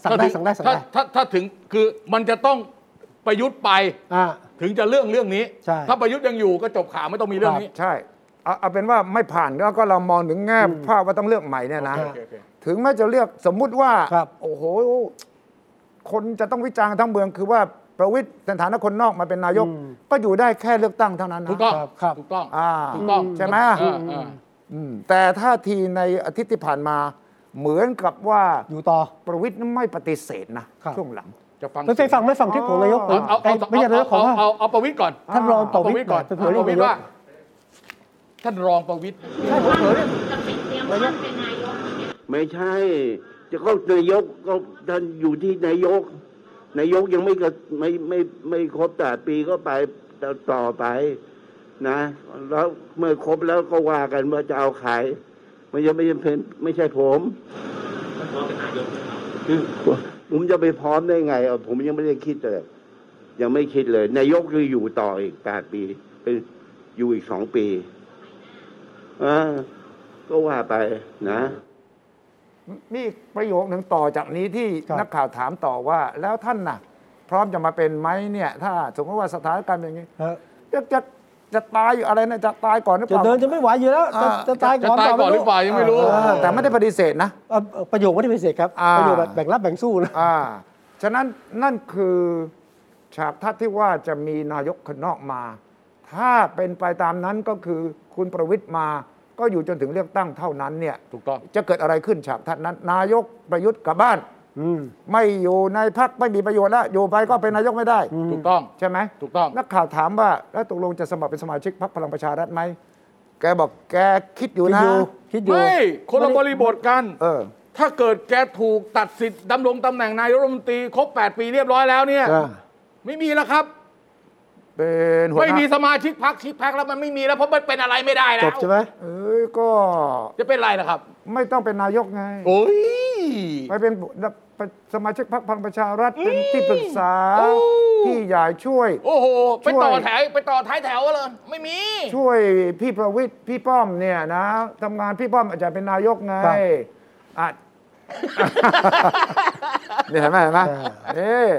Speaker 1: สั่งได้
Speaker 2: ถ้าถึ
Speaker 1: สั่งได้สั่งได้
Speaker 2: ถ้าถ้าถ้าถึงคือมันจะต้องประยุทธ์ไป
Speaker 1: อ่า
Speaker 2: ถึงจะเรื่องเรื่องนี้
Speaker 1: ใช่
Speaker 2: ถ้าประยุทธ์ยังอยู่ก็จบข่าวไม่ต้องมีเรื่องนี้
Speaker 3: ใช่เอาเอาเป็นว่าไม่ผ่านก็ก็เรามองถึงแง่ภาพว่าต้องเลือกใหม่เนี่ยนะ
Speaker 1: โอเค
Speaker 3: ถึงแม้จะเลือกสมมุติว่า
Speaker 1: ครับ
Speaker 3: โอ้โห คนจะต้องวิจารณ์ทั้งเมืองคือว่าประวิทย์ในฐานะคนนอกมาเป็นนายก ก็อยู่ได้แค่เลือกตั้งเท่านั้นนะ
Speaker 2: ถูกต้อง
Speaker 1: ครับครับ
Speaker 2: ถูกต้อง
Speaker 3: อ่า
Speaker 2: ถูกต้อง
Speaker 3: ใช่ไหม
Speaker 2: เออเออ
Speaker 3: อืมแต่ท่าทีในอาทิตย์ที่ผ่านมา เหมือนกับว่า
Speaker 1: อยู่ต่อ
Speaker 3: ประวิทย์ไม่ปฏิเสธนะ
Speaker 1: ครับ
Speaker 3: ช่วงหลัง
Speaker 2: จะฟัง
Speaker 1: ไม่ไปฟังไม่ฟังคลิปของนายก
Speaker 3: อ๋อ
Speaker 2: เอาเอา
Speaker 1: ไอ้
Speaker 2: เอา
Speaker 1: ไม่ใช่นายกของ
Speaker 2: เอาเอาเอาประวิตรก่อน
Speaker 1: ท่านรองต่อ
Speaker 2: เอาประ
Speaker 1: วิ
Speaker 2: วิ
Speaker 1: ท
Speaker 2: ตร
Speaker 1: ย์
Speaker 2: ก่อน
Speaker 1: ไปเผยเรื่
Speaker 2: ป
Speaker 1: อง
Speaker 2: ระวิ
Speaker 1: นายก
Speaker 2: ตรว่า ท่านรองประวิตร
Speaker 1: ใช่ผมเผยเรื่อง
Speaker 4: จะปิดเตรียมท่านเป็นนายกอย่างเงี้ย
Speaker 5: ไม่ใช่ จะก็นายกก็ท่านอยู่ที่นายก นายกยังไม่กระไม่ไม่ไม่ครบแปดปีก็ไปต่อต่อไปนะ แล้วเมื่อครบแล้วก็ว่ากันว่าจะเอาใครมันยังไม่ใช่เป็นไม่ใช่ผมผมจะไปพร้อมได้ไงอ่ะผมยังไม่ได้คิดเลย ยังไม่คิดเลย นายกจะอยู่ต่ออีกแปดปีเป็นอยู่อีกสองปีอ่าก็ว่าไปนะ
Speaker 3: นี่ประโยคหนึ่งต่อจากนี้ที่
Speaker 1: ครับ
Speaker 3: นักข่าวถามต่อว่า แล้วท่านน่ะ พร้อมจะมาเป็นไหมเนี่ย ถ้าสมมติว่าสถานการณ์อย่างนี้
Speaker 1: ฮะ
Speaker 3: จะจะจะตายอยู่อะไรนะจะตายก่อนหรือเป
Speaker 1: จะ
Speaker 3: ล่า
Speaker 1: เดินจะไม่ไหวอยู่แล้ว จะ
Speaker 3: อ่า
Speaker 1: จะตาย
Speaker 2: จะ
Speaker 1: ก่อน
Speaker 2: ตายก่อนหรือเปล่ายังไม่รู้
Speaker 3: เออแต่ไม่ได้ปฏิเสธนะ
Speaker 1: เอ่อเอ่อประโยคไม่ได้ปฏิเสธครับ
Speaker 3: อ่า
Speaker 1: ประโยคแบบแบ่งรับแบ่งสู้นะ
Speaker 3: อ่า ฉะนั้นนั่นคือฉากทัศน์ที่ว่าจะมีนายกคนนอกมา ถ้าเป็นไปตามนั้นก็คือคุณประวิทย์มา ก็อยู่จนถึงเลือกตั้งเท่านั้นเนี่ย
Speaker 2: ถูกต้อง
Speaker 3: จะเกิดอะไรขึ้นฉากทัศน์นั้น นายกประยุทธ์กลับบ้าน
Speaker 1: อืม
Speaker 3: ไม่อยู่ในพักไม่มีประโยชน์แล้ว อยู่ไปก็เป็นนายกไม่ได้
Speaker 2: ถูกต้อง
Speaker 3: ใช่ไหม
Speaker 2: ถูกต้อง
Speaker 3: นักข่าวถามว่า แล้วตกลงจะสมัครเป็นสมาชิกพรรคพลังประชารัฐไหม แกบอกแกคิดอยู่
Speaker 1: คิด
Speaker 3: นะ
Speaker 1: อยู่คิดอยู่
Speaker 2: ไม่คนละบริบทกัน
Speaker 3: เออ
Speaker 2: ถ้าเกิดแกถูกตัดสิทธิ์ดำรงตำแหน่งนายกรัฐมนตรีครบ 8 ปีเรียบร้อยแล้วเนี่ย
Speaker 1: อ่า
Speaker 2: ไม่มีแล้วครับ
Speaker 3: เป็นหัวห
Speaker 2: ไม่มี
Speaker 3: น้า
Speaker 2: สมาชิกพักชิกพักแล้วมันไม่มีแล้วเพราะมันเป็นอะไรไม่ได้แล้ว
Speaker 1: จบใช่ไหม
Speaker 3: เอ้ยก็
Speaker 2: จะเป็นอะไรนะครับ
Speaker 3: ไม่ต้องเป็นนายกไง
Speaker 2: โอ้ย
Speaker 3: ไปเป็นสมาชิกพรรคพลังประชารัฐเป็นที่ปรึกษา
Speaker 2: โอ้
Speaker 3: พี่ใหญ่ช่วย
Speaker 2: โอ้โห ไปต่อ
Speaker 3: ช่วย
Speaker 2: แถวไปต่อท้ายแถวเลยไม่มี
Speaker 3: ช่วยพี่ประวิทย์พี่ป้อมเนี่ยนะทำงานพี่ป้อมอาจจะเป็นนายกไง
Speaker 1: ครับ
Speaker 3: อ่ะ นี่เห็นไหมเห็นไหมเอ๊ะ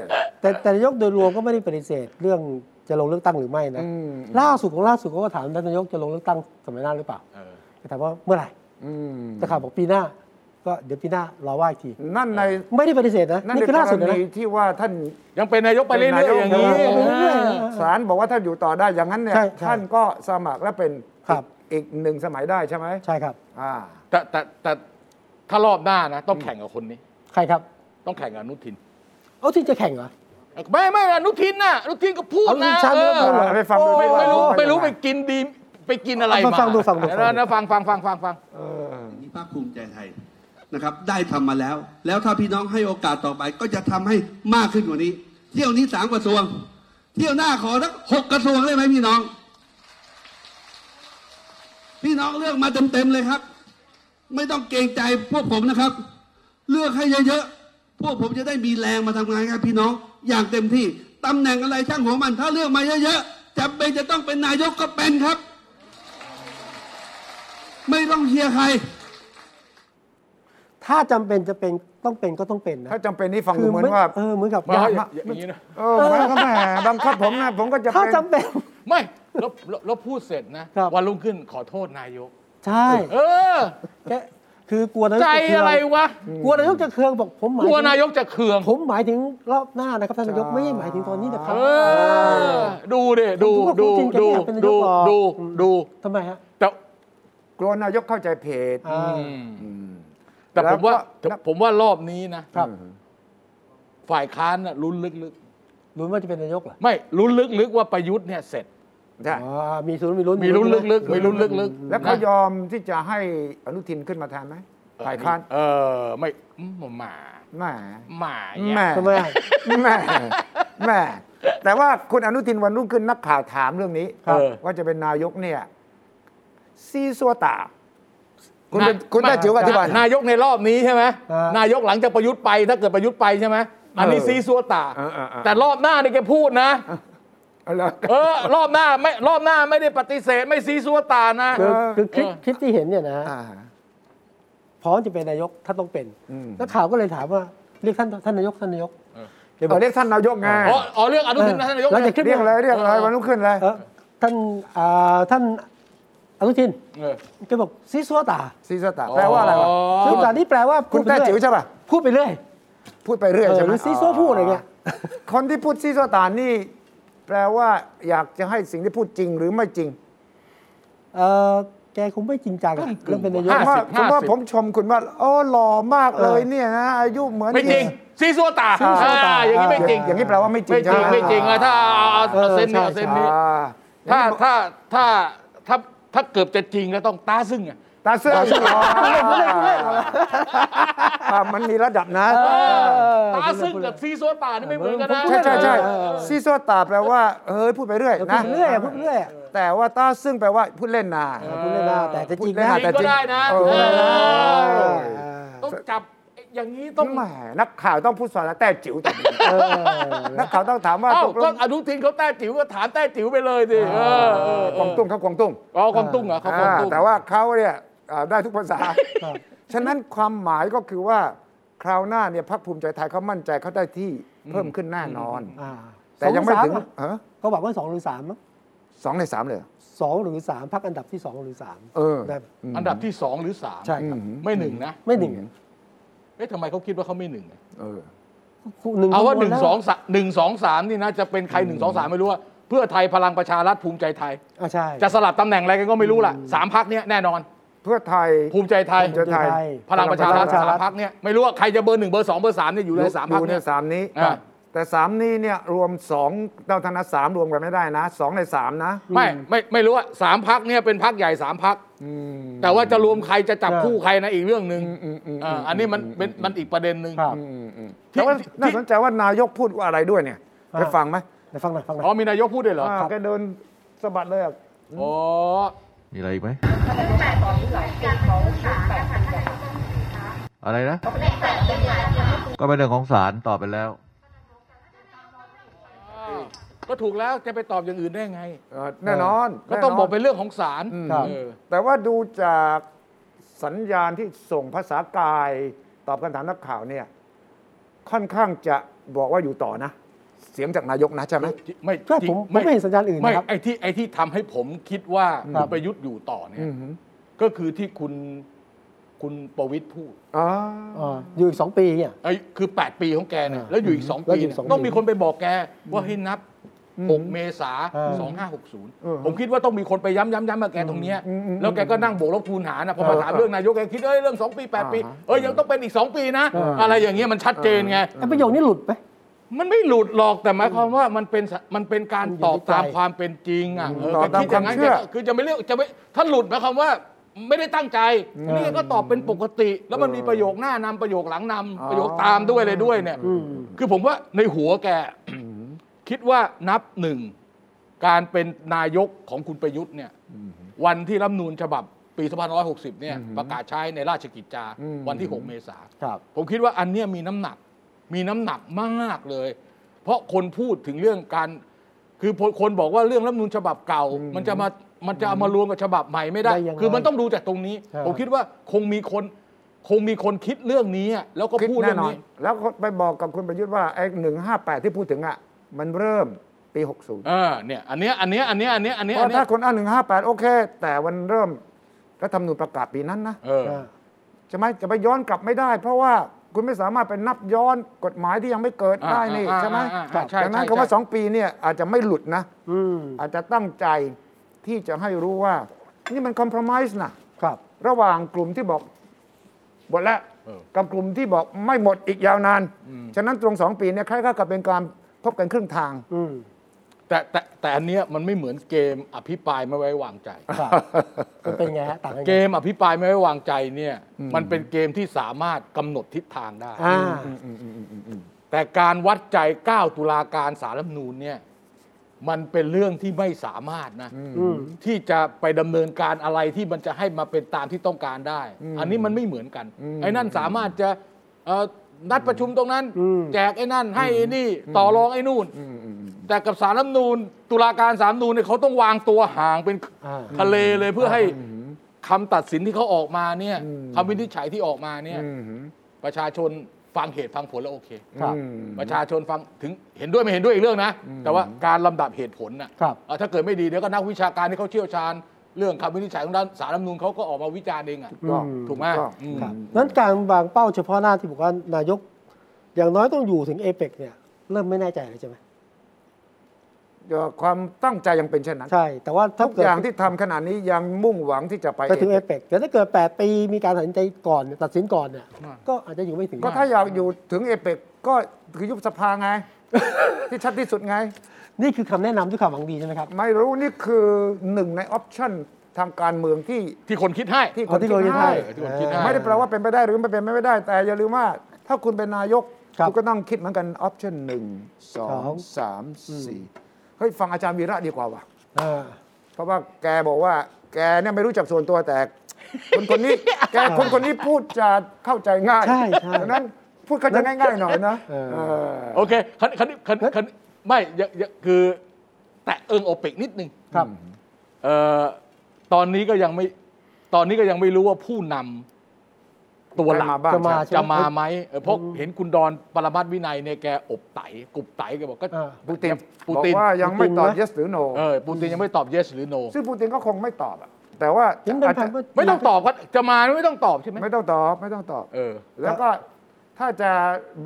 Speaker 1: แต่แต่นายกโดยรวมก็ไม่ได้ปฏิเสธเรื่องจะลงเลือกตั้งหรือไม่นะ
Speaker 3: อืม
Speaker 1: ล่าสุดของล่าสุดเขาก็ถามท่านนายกจะลงเลือกตั้งสมัยหน้าหรือเปล่าแต่ถามว่าเมื่อไหร่
Speaker 3: อืม
Speaker 1: จะข่าวบอกปีหน้า ก็เดี๋ยวปีหน้ารอว่าอีกที
Speaker 3: นั่นใน
Speaker 1: ไม่ได้ปฏิเสธนะ
Speaker 3: นั่น
Speaker 1: นี่
Speaker 3: ใน
Speaker 1: คือก ล่าสุด
Speaker 3: ร
Speaker 1: เลยนะ
Speaker 3: ณีที่ว่าท่าน
Speaker 2: ยังเป็นนายกไปเรื่อย
Speaker 3: เป็นนายก
Speaker 2: ๆอย่างนี้
Speaker 1: ไปเรื่อยๆ
Speaker 2: อ่า
Speaker 1: นะ
Speaker 3: ศาลบอกว่าท่านอยู่ต่อได้อย่างนั้นเนี่ย
Speaker 1: ใช่ใช่
Speaker 3: ท่านก็สมัครและเป็น
Speaker 1: ครับ
Speaker 3: อีกอีกหนึ่งสมัยได้ใช่ไหม
Speaker 1: ใช่ครับ
Speaker 3: อ่า
Speaker 2: แต่แต่แต่ถ้ารอบหน้านะ ต้องแข่งกับคนนี้
Speaker 1: ใครครับ
Speaker 2: ต้องแข่งกับอนุทิน
Speaker 1: เอาที่จะแข่งเหรอ
Speaker 2: ไม่ไม่อนุทินน่ะอนุทินก็พูด
Speaker 1: อนุทิ
Speaker 2: นะ
Speaker 1: นชาญ
Speaker 2: เอ
Speaker 1: วิ
Speaker 2: อ
Speaker 1: รุฬ
Speaker 3: ไปฟังดู
Speaker 2: ไม่
Speaker 3: ว่า
Speaker 2: ไม่รู้
Speaker 3: ว่า
Speaker 2: ไม่รู้
Speaker 3: ยังง
Speaker 2: ไปกินดีไปกินอะไร
Speaker 1: เอา
Speaker 2: มา
Speaker 1: ฟังดูฟังดูฟังดู
Speaker 2: เยวนะฟังฟังฟังฟังฟัง
Speaker 6: นี้ภาคภูมิใจไทยนะครับ ได้ทำมาแล้ว แล้วถ้าพี่น้องให้โอกาสต่อไป ก็จะทำให้มากขึ้นกว่านี้ เที่ยวนี้สามกระทรวง เที่ยวหน้าขอสักหกกระทรวงได้ไหมพี่น้อง พี่น้องเลือกมาเต็มๆเลยครับ ไม่ต้องเกรงใจพวกผมนะครับ เลือกให้เยอะๆพวกผมจะได้มีแรงมาทำงานครับพี่น้องอย่างเต็มที่ตำแหน่งอะไรช่างหัวมัน ถ้าเลือกมาเยอะๆจำเป็นจะต้องเป็นนายกก็เป็นครับ ไม่ต้องเชียร์ใคร
Speaker 1: ถ้าจำเป็นจะเป็นต้องเป็นก็ต้องเป็นนะ
Speaker 3: ถ้าจำเป็นนี่ฟังดูเหมือนว่า
Speaker 1: เออเหมือนกับ
Speaker 2: ไม่
Speaker 1: ยาก
Speaker 2: อ
Speaker 1: มาก
Speaker 2: ย่างอย่างนี้นะ
Speaker 3: เออแม่ก็แหม่บังคับผมนะ ผมก็จะ
Speaker 1: ถ้า
Speaker 3: เป็น
Speaker 1: จำเป็น
Speaker 2: ไม่แล้วแล้วแล้วพูดเสร็จนะครับ วันรุ่งขึ้นขอโทษนายก
Speaker 1: ใช่
Speaker 2: เออ
Speaker 1: แกคือกลัวนายก
Speaker 2: ใจ
Speaker 1: จะเคื
Speaker 2: อะไรวะ
Speaker 1: กลัวนายกจะเคืองบอกผมหมาย
Speaker 2: กลัว
Speaker 1: ถึง
Speaker 2: นายกจะเคือง
Speaker 1: ผมหมายถึงรอบหน้านะครับท่านนายก
Speaker 3: ใช่
Speaker 1: ไม่ได้หมายถึงตอนนี้นะครับ
Speaker 2: เออ ดูดิดู
Speaker 1: ผมคิด
Speaker 2: ดู
Speaker 1: ว่าคุณจริงแกไม่อยาก
Speaker 2: ดู
Speaker 1: เป็นนาย
Speaker 2: ดู
Speaker 1: กหรอก
Speaker 2: ดูดู
Speaker 1: ทำไมฮะ
Speaker 2: แต่
Speaker 3: กลัวนายกเข้าใจผิด
Speaker 1: อ่า
Speaker 2: อืมแต่ผมว่าผมว่ารอบนี้นะครับ ฝ่ายค้านน่ะลุ้นลึก
Speaker 1: ลุ้นว่าจะเป็นนายกเหรอ
Speaker 2: ๆ ไม่ลุ้นลึกๆว่าประยุทธ์เนี่ยเสร็จ
Speaker 3: ใช่
Speaker 1: อ่ามีลุ้นมีลุ้น
Speaker 2: มีลุ้นลึกๆ มีลุ้นลึกๆ
Speaker 3: แล้วเขา
Speaker 2: นะ
Speaker 3: ยอมที่จะให้อนุทินขึ้นมาแทนไหมฝ่ายค้าน
Speaker 2: เออไม่อืมหมา
Speaker 3: แหม่
Speaker 2: หมาเนี่ย
Speaker 3: แหม่
Speaker 1: ทำไมอะ
Speaker 3: แหม่แหม่แต่ว่าคุณอนุทินวันรุ่งขึ้นนักข่าวถามเรื่องนี้
Speaker 1: ครับ
Speaker 3: ว่าจะเป็นนายกเนี่ยซีซัวตา คุณเป็นคุณได้จิ๋วอธิบายหน่อย
Speaker 2: นายกในรอบนี้ใช่ไหม
Speaker 1: อ่าน
Speaker 2: นายกหลังจากประยุทธ์ไปถ้าเกิดประยุทธ์ไปใช่ไหมอันนี้
Speaker 3: เออ
Speaker 2: ซีซัวตา
Speaker 3: เออเออเออ
Speaker 2: แต่รอบหน้านี่แกพูดนะ
Speaker 3: เอาละ
Speaker 2: เออ รอบหน้าไม่รอบหน้าไม่ได้ปฏิเสธไม่ซีซัวตานะ
Speaker 1: คือคือคลิปคลิปที่เห็นเนี่ยนะ
Speaker 3: อ่า
Speaker 1: พร้อมจะเป็นนายกท่านต้องเป็น
Speaker 3: อืม
Speaker 1: นักข่าวก็เลยถามว่าเรียกท่านท่านนายกท่านนายก
Speaker 2: เออ
Speaker 1: ดี๋วบ
Speaker 3: เอา
Speaker 1: อก
Speaker 3: เรียกท่านนายกไง
Speaker 2: อ๋ออ๋อเรื่องอนุทินนะท่านนายก
Speaker 1: หลังจากคลิป
Speaker 3: เรียกเลยเรียกเลยวันรุ่งขึ้นเลย
Speaker 1: เอ่อท่านอ่าท่านอนุทิน
Speaker 2: เออ
Speaker 1: แกบอกซีซัวตา
Speaker 3: ซีซัวตาแปลว่าอะไรวะ
Speaker 2: อ๋อ
Speaker 1: ซีซัวตานี่แปลว่า
Speaker 3: คุณ
Speaker 1: พูด
Speaker 3: แต้
Speaker 1: ปเรื่อย
Speaker 3: จิ๋วใช่ป่ะ
Speaker 1: พูดไปเรื่อย
Speaker 3: พูดไปเรื่อย
Speaker 1: เออ
Speaker 3: ใช่ไห
Speaker 1: ห
Speaker 3: ม
Speaker 1: รือซีซัวพูดอะไรเงี้ย
Speaker 3: คนที่พูดซีซัวตานี่ แปลว่าอยากจะให้สิ่งที่พูดจริงหรือไม่จริง
Speaker 1: เออแกคงไม่จริงจังอะเรื่องเป็นนายก
Speaker 2: ห้า
Speaker 3: ว่า
Speaker 2: สิบ
Speaker 3: ผมว่า
Speaker 2: ห้าสิบ
Speaker 3: ผมชมคุณว่าโอ้หล่อมากเลย
Speaker 1: เออ
Speaker 3: เนี่ยนะอายุเหมือน
Speaker 2: ไม่จริงซีซัวตา
Speaker 1: ซีซัวตา
Speaker 2: อ่าอย่างนี้ไม่จริง
Speaker 3: อย่างนี้แปลว่าไม่จริง
Speaker 2: ไม่จริง
Speaker 3: ใช่ห
Speaker 2: ไม่จริงอะถ้าเอาเอาเอาเส้นนี้เอาเส้นนี้
Speaker 3: อ่า
Speaker 2: ถ้าถ้าถ้าถ้าถ้าเกือบจะจริงก็ต้องตาซึ่งอะ
Speaker 3: ตาเสื้อหล่ออ่ามันมีระดับนะ
Speaker 2: ตาซึ่งกับซีซัวตานี่ไม่เหมือนกันนะ
Speaker 3: ใช่ใช่ใช่
Speaker 1: เออ
Speaker 3: ซีซัวตาแปลว่าเฮ้ยพูดไปเรื่อย
Speaker 1: เออพู
Speaker 3: นะ
Speaker 1: ดไปเรื่อยอะพูดไปเรื่อยอะ
Speaker 3: แต่ว่าตาซึ่งแปลว่าพูดเล่นนา
Speaker 1: เออพูดเรื่อยนะแต่จะจริงนะ
Speaker 3: พู
Speaker 2: จ
Speaker 3: เล่
Speaker 2: ริงก็ได้นะ
Speaker 3: เออ
Speaker 2: เออ
Speaker 1: เออ
Speaker 2: ต้องจับอย่างนี้ต้อง
Speaker 3: แหมนักข่าวต้องพูดสอนนะแต่จิ๋วจังนักข่าวต้องถามว่า
Speaker 2: เอ้า
Speaker 3: ตกล
Speaker 2: ก็
Speaker 3: ง
Speaker 2: อนุทินเขาแต้จิ๋วก็ถามแต้จิ๋วไปเลยสิเออเออเออก
Speaker 3: วางตุ้งเขากวางตุ้ง
Speaker 2: อ๋อกวางตุ้งเหรอเขากวางตุ้ง
Speaker 3: อ่าแต่ว่าเขาเนี่ยอ่าได้ทุกภาษา ฉะนั้นความหมายก็คือว่าคราวหน้าเนี่ยพรรคภูมิใจไทยเขามั่นใจเขาได้ที่เพิ่มขึ้นแน่นอน
Speaker 1: อ่า
Speaker 3: แต่ยังไม่ถึง
Speaker 1: สอหรือสาอะ
Speaker 3: ฮะ
Speaker 1: ก็บอกว่าสองหรือสามมั้ง
Speaker 3: สองในสามเลยเหรอ
Speaker 1: สองหรือสามพักอันดับที่สองหรือสาม
Speaker 3: เออ
Speaker 1: ได้
Speaker 2: อันดับที่ 2 หรือ3
Speaker 1: ใช่ครับ
Speaker 2: ไม่หนึ่งนะ
Speaker 1: ไม่หนึ่ง
Speaker 2: เอ๊ะทำไมเขาคิดว่าเขาไม่หนึ่งอะ
Speaker 3: เออ
Speaker 1: หนึ่ง
Speaker 2: เอาว่า
Speaker 1: ค
Speaker 2: หนึ่ง
Speaker 1: แล้
Speaker 2: สองสามหนึ่งสองสามนี่นะจะเป็นใครหนึ่งสองสามไม่รู้ว่าเพื่อไทยพลังประชารัฐภูมิใจไทย
Speaker 1: อ่ะใช่
Speaker 2: จะสลับตำแหน่งอะไรกันก็ไม่รู้ล่ะสามพักเนี้ยแน่นอน
Speaker 3: เพื่อไทย
Speaker 2: ภูมิใจไทย
Speaker 3: ภูมิใจ
Speaker 1: ไทย
Speaker 2: พลังประชารั
Speaker 1: พลั
Speaker 2: ฐ
Speaker 1: งประชา
Speaker 2: สา
Speaker 1: รัฐ
Speaker 2: มพักเนี่ยไม่รู้ว่าใครจะเบอร์หนึ่งเบอร์สองเบอร์สามเนี่ยอยู่ในสามพัก
Speaker 3: ดู
Speaker 2: เนี่
Speaker 3: เนี่ย ยสามนี้
Speaker 2: อ่า
Speaker 3: แต่สามนี้เนี่ยรวมสองเราธนาสามรวมกันไม่ได้นะสองในสามนะ
Speaker 2: ไม่ไม่ไม่รู้ว่าสามพักเนี่ยเป็นพักใหญ่สามพักแต่ว่าจะรวมใครจะจับ
Speaker 1: ใช่
Speaker 2: คู่ใครนะอีกเรื่องหนึ่ง
Speaker 3: อืมอืมอืม
Speaker 2: อ่าอันนี้มันเป็นมันอีกประเด็นหนึ่ง
Speaker 1: ครับ
Speaker 3: แต่ว่า
Speaker 2: ที่
Speaker 3: น่าสนใจว่านายกพูดว่าอะไรด้วยเนี่ยไปฟังไหม
Speaker 1: เดี๋ยวฟังหน่อยฟังหน่อย
Speaker 2: อ๋อมีนายกพูดด้วยเหรอ
Speaker 3: อ่าแกเดินสะบัดเลยอะ
Speaker 2: อ๋อ
Speaker 7: มีอะไรอีกไหม อะไรนะ ก็เป็นเรื่องของศาลตอบไปแล้ว
Speaker 2: อ่าก็ถูกแล้วจะไปตอบอย่างอื่นได้ไง
Speaker 3: เออแน่นอน
Speaker 2: ก็ต้อง
Speaker 3: แน่นน
Speaker 2: บอกเป็นเรื่องของศาล
Speaker 3: อืม
Speaker 1: ครับ
Speaker 2: เออ
Speaker 3: แต่ว่าดูจากสัญญาณที่ส่งภาษากายตอบคำถามนักข่าวเนี่ยค่อนข้างจะบอกว่าอยู่ต่อนะ เสียงจากนายกนะใช่ไหม
Speaker 2: ไม่
Speaker 1: ก็
Speaker 2: จริ
Speaker 1: ผม
Speaker 2: ง
Speaker 1: ผมไม่เห็นสัญญาณอื่น
Speaker 2: ไม่
Speaker 1: นะครับ
Speaker 2: ไอ้ที่ไอ้ที่ทำให้ผมคิดว่า
Speaker 1: ครั
Speaker 2: คุ
Speaker 1: บ
Speaker 2: ณประยุทธ์อยู่ต่อเนี่ย
Speaker 3: อือหือ
Speaker 2: ก็คือที่คุณคุณประวิทย์พูด
Speaker 3: อ๋อ
Speaker 1: อ่าอยู่อีกสองปีเนี่ย
Speaker 2: ไอ้คือ 8 ปีของแกเนี่ย
Speaker 1: อ่า
Speaker 2: แล้วอยู่อีก 2
Speaker 1: แล้ว
Speaker 2: ปี
Speaker 1: อยู่
Speaker 2: เนี่ย
Speaker 1: สองปี
Speaker 2: ต้องมีคนไปบอกแกว่าให้นับ
Speaker 3: อืม
Speaker 2: 6 เมษา
Speaker 1: เออ
Speaker 2: สองห้าหกศูนย์
Speaker 3: เออ
Speaker 2: ผมคิดว่าต้องมีคนไปย้ำย้ำย้ำมาแกตรงเนี้ย
Speaker 3: อืมอืม
Speaker 2: แล้วแกก็นั่งโบกลบคูณหารนะพอมา
Speaker 3: เออ
Speaker 2: ถามเรื่องนายกแกคิดเอ้ยเรื่อง 2 ปี 8 ปี
Speaker 3: อ่าฮะ
Speaker 2: เอ้ยยังต้องเป็นอีก 2 ปีนะ
Speaker 3: เอออ
Speaker 2: อะไรอย่างเงี้ยมันชัดเจนไง
Speaker 1: ไอ้ประโยคนี้หลุดไหม
Speaker 2: มันไม่หลุดหรอกแต่หมายความว่ามันเป็นสมันเป็นการ
Speaker 1: มันอยู่
Speaker 2: ตอบ
Speaker 1: ในใจ
Speaker 2: ตามความเป็นจริงอ่ะเออ
Speaker 3: ตอบตาม
Speaker 2: แกคิดย่งนั้น
Speaker 3: ความเชื่อ
Speaker 2: แกก็คือจะไม่เรียกจะไม่ถ้าหลุดหมายความว่าไม่ได้ตั้งใจนี่แกก็ตอบเป็นปกติ แล้วมันมีประโยคหน้านำประโยคหลังนำ
Speaker 3: อ๋อ
Speaker 2: ประโยคตามด้วยเลยด้วยเนี่ย
Speaker 1: อืม
Speaker 2: คือผมว่าในหัวแก คิดว่านับหนึ่ง การเป็นนายกของคุณประยุทธ์เนี่ยวันที่รัฐธรรมนูญฉบับปี2560เนี่ยประกาศใช้ในราชกิจจา
Speaker 3: อืม
Speaker 2: วันที่ 6 เมษา
Speaker 1: ครับ
Speaker 2: ผมคิดว่าอันเนี้ยมีน้ำหนัก มีน้ำหนักมากเลย เพราะคนพูดถึงเรื่องการ คือคนบอกว่าเรื่องรัฐธรรมนูญฉบับเก่า มันจะมา มันจะเอามารวมกับฉบับใหม่ไม่ได้
Speaker 1: ได้ยังไง
Speaker 2: คือมันต้องดูจากตรงนี้
Speaker 1: ครับ
Speaker 2: ผมคิดว่าคงมีคน คงมีคนคิดเรื่องนี้อะแล้วก็
Speaker 3: คิด
Speaker 2: พูด
Speaker 3: แน่
Speaker 2: เรื่อง
Speaker 3: นอน
Speaker 2: นี้
Speaker 3: แล้วก็ไปบอกกับคุณประยุทธ์ว่าไอ้หนึ่งห้าแปดที่พูดถึงอ่ะ มันเริ่มปี 60
Speaker 2: เออ เนี่ย อันเนี้ย อันเนี้ย อันเนี้ย อันเนี้ย อันเนี้ย
Speaker 3: เพ
Speaker 2: อัน
Speaker 3: ราะ
Speaker 2: เนี้
Speaker 3: ถ้าย คนอ้างหนึ่งห้าแปดโอเค แต่วันเริ่มรัฐธรรมนูญประกาศปีนั้นนะ
Speaker 2: เออ
Speaker 3: ใช่ไหมจะไปย้อนกลับไม่ได้ เพราะว่าคุณไม่สามารถไปนับย้อนกฎหมายที่ยังไม่เกิดได้นี่
Speaker 2: อ่า
Speaker 3: ใช่ไหม
Speaker 2: อ่าอ่าใช่
Speaker 3: ดังนั้น
Speaker 2: ใช่
Speaker 3: คำว่า
Speaker 2: ใช่
Speaker 3: สองปีเนี่ยอาจจะไม่หลุดนะ
Speaker 1: อืม
Speaker 3: อาจจะตั้งใจที่จะให้รู้ว่า นี่มันคอมเพลมไ s ส์นะครับ ระหว่างกลุ่มที่บอกหมดแล้ว
Speaker 2: เออ
Speaker 3: กับกลุ่มที่บอกไม่หมดอีกยาวนาน
Speaker 2: อืม
Speaker 3: ฉะนั้นตรงสองปีเนี่ยคล้ายๆกับเป็นการพบกันครึ่งทาง
Speaker 1: อืม
Speaker 2: แต่แต่แต่อันเนี้ยมันไม่เหมือนเกมอภิปรายไม่ไว้วางใจ
Speaker 1: ครับมันเป็นไงฮะต่างกันไง
Speaker 2: เกมอภิปรายไม่ไว้วางใจเนี่ย มันเป็นเกมที่สามารถกำหนดทิศทางได้
Speaker 1: อ่า
Speaker 2: แต่การวัดใจ 9 ตุลาการสารรัฐธรรมนูญเนี่ย มันเป็นเรื่องที่ไม่สามารถนะ
Speaker 1: อืม
Speaker 2: ที่จะไปดำเนินการอะไรที่มันจะให้มาเป็นตามที่ต้องการได้ อันนี้มันไม่เหมือนกัน ไอ้นั่นสามารถจะเอ่อนัดประชุมตรงนั้น
Speaker 1: อืม
Speaker 2: แจกไอ้นั่น ให้ไอ้นี่ต่อรองไอ้นู่น แต่กับสารรัฐธรรมนูญตุลาการสารรัฐธรรมนูญเนี่ยเขาต้องวางตัวห่างเป็น
Speaker 1: อ่า
Speaker 2: ทะเลเลยเพื่อให้คำตัดสินที่เขาออกมาเนี่ยคำวินิจฉัยที่ออกมาเนี่ย
Speaker 3: อืม
Speaker 2: ประชาชนฟังเหตุฟังผลแล้วโอเค
Speaker 1: ครับ
Speaker 3: อืม
Speaker 2: ประชาชนฟังถึงเห็นด้วยไม่เห็นด้วยอีกเรื่องนะ แต่ว่าการลำดับเหตุผลนะครับ เอ่อถ้าเกิดไม่ดีเดี๋ยวก็นักวิชาการที่เขาเชี่ยวชาญ เรื่องคำวินิจฉัยของด้านสารรัฐธรรมนูญเขาก็ออกมาวิจารณ์เองอ่ะ
Speaker 1: อืม
Speaker 2: ถูกไหม
Speaker 3: ถูกต้อง
Speaker 2: อืม
Speaker 1: ครับนั้นการวางเป้าเฉพาะหน้าที่บอกว่านายก อย่างน้อยต้องอยู่ถึงเอเปกเนี่ย เริ่มไม่แน่ใจเลยใช่ไหม
Speaker 3: ความตั้งใจยังเป็นเช่นนั้น
Speaker 1: ใช่ แต่ว่าถ้า
Speaker 3: ทุก
Speaker 1: เกิด
Speaker 3: อย่างที่ทำขนาดนี้ยังมุ่งหวังที่จะไป
Speaker 1: ไปถึง
Speaker 3: เอ
Speaker 1: เอง เปกแต่ถ้าเกิด 8 ปีมีการตัดสินใจก่อนเนี่ยตัดสินก่อนเนี่ย ก็อาจจะอยู่ไม่ถึง
Speaker 3: ก็ถ้าอยากอยู่ถึงเอเปกก็คือยุบสภาไง ที่ชัดที่สุดไง
Speaker 1: นี่คือคำแนะนำด้วยความหวังดีใช่ไหมครับ
Speaker 3: ไม่รู้นี่คือหนึ่งในออปชันทางการเมืองที่
Speaker 2: ที่คนคิดให้
Speaker 3: ที่ค
Speaker 1: เอา
Speaker 3: น
Speaker 1: ที่
Speaker 3: คิด
Speaker 1: เรา
Speaker 3: ให้
Speaker 2: เออที่คนคิดให้
Speaker 3: ไม่ได้แปลว่าเป็นไปได้หรือไม่เป็นไม่ได้ แต่อย่าลืมว่า ถ้าคุณเป็นนายก
Speaker 1: ครับ
Speaker 3: ณก็ต้องคิดเหมือนกันออปชันหนึ่งสอ
Speaker 1: สอง ง
Speaker 3: สามสี่เฮ้ยฟังอาจารย์วีระดีกว่าว่ะ
Speaker 1: อ่า
Speaker 3: เพราะว่าแกบอกว่า แกเนี่ยไม่รู้จักส่วนตัวแต่ คนคนนี้ แกคนคนนี้พูดจะเข้าใจง่าย
Speaker 1: ใช่ใช่
Speaker 3: ดังนั้นพูดเข้าใจง่ายๆหน่อยนะ
Speaker 1: เออ
Speaker 3: เออ
Speaker 2: โอเคคันคันคันคันไม่อย่าอย่าคือ แตะเอิงโอเปกนิดนึง
Speaker 1: ครับ
Speaker 2: เอ่อตอนนี้ก็ยังไม่ตอนนี้ก็ยังไม่รู้ว่าผู้นำตัวหลัก
Speaker 3: จะมาบ้างจะมาใช่ไหม
Speaker 2: จะมาไหมเออเพราะเห็นคุณดอนปรมัตถวินัยเนี่ยแกอบไตกรุบไตแกบอกก็
Speaker 1: อ่า
Speaker 3: ปูติน
Speaker 2: ปู
Speaker 3: บอก
Speaker 2: ติน
Speaker 3: ว่ายังไม่ต
Speaker 1: ปู
Speaker 3: อบ
Speaker 1: ตินนะ
Speaker 3: yes หรือ no
Speaker 2: เออปูตินยังไม่ตอบ yes หรือ no
Speaker 3: ซึ่งปูตินก็คงไม่ตอบอะแต่ว่า
Speaker 1: ทิ้งเป็น
Speaker 3: อาจ
Speaker 1: พั
Speaker 3: จะ
Speaker 1: นก็
Speaker 2: ไม่ต้องตอบก็จะมาไม่ต้องตอบใช่ไหม
Speaker 3: ไม่ต้องตอบ ไม่ต้องตอบ
Speaker 2: เออ
Speaker 3: แล้วก็ถ้าจะ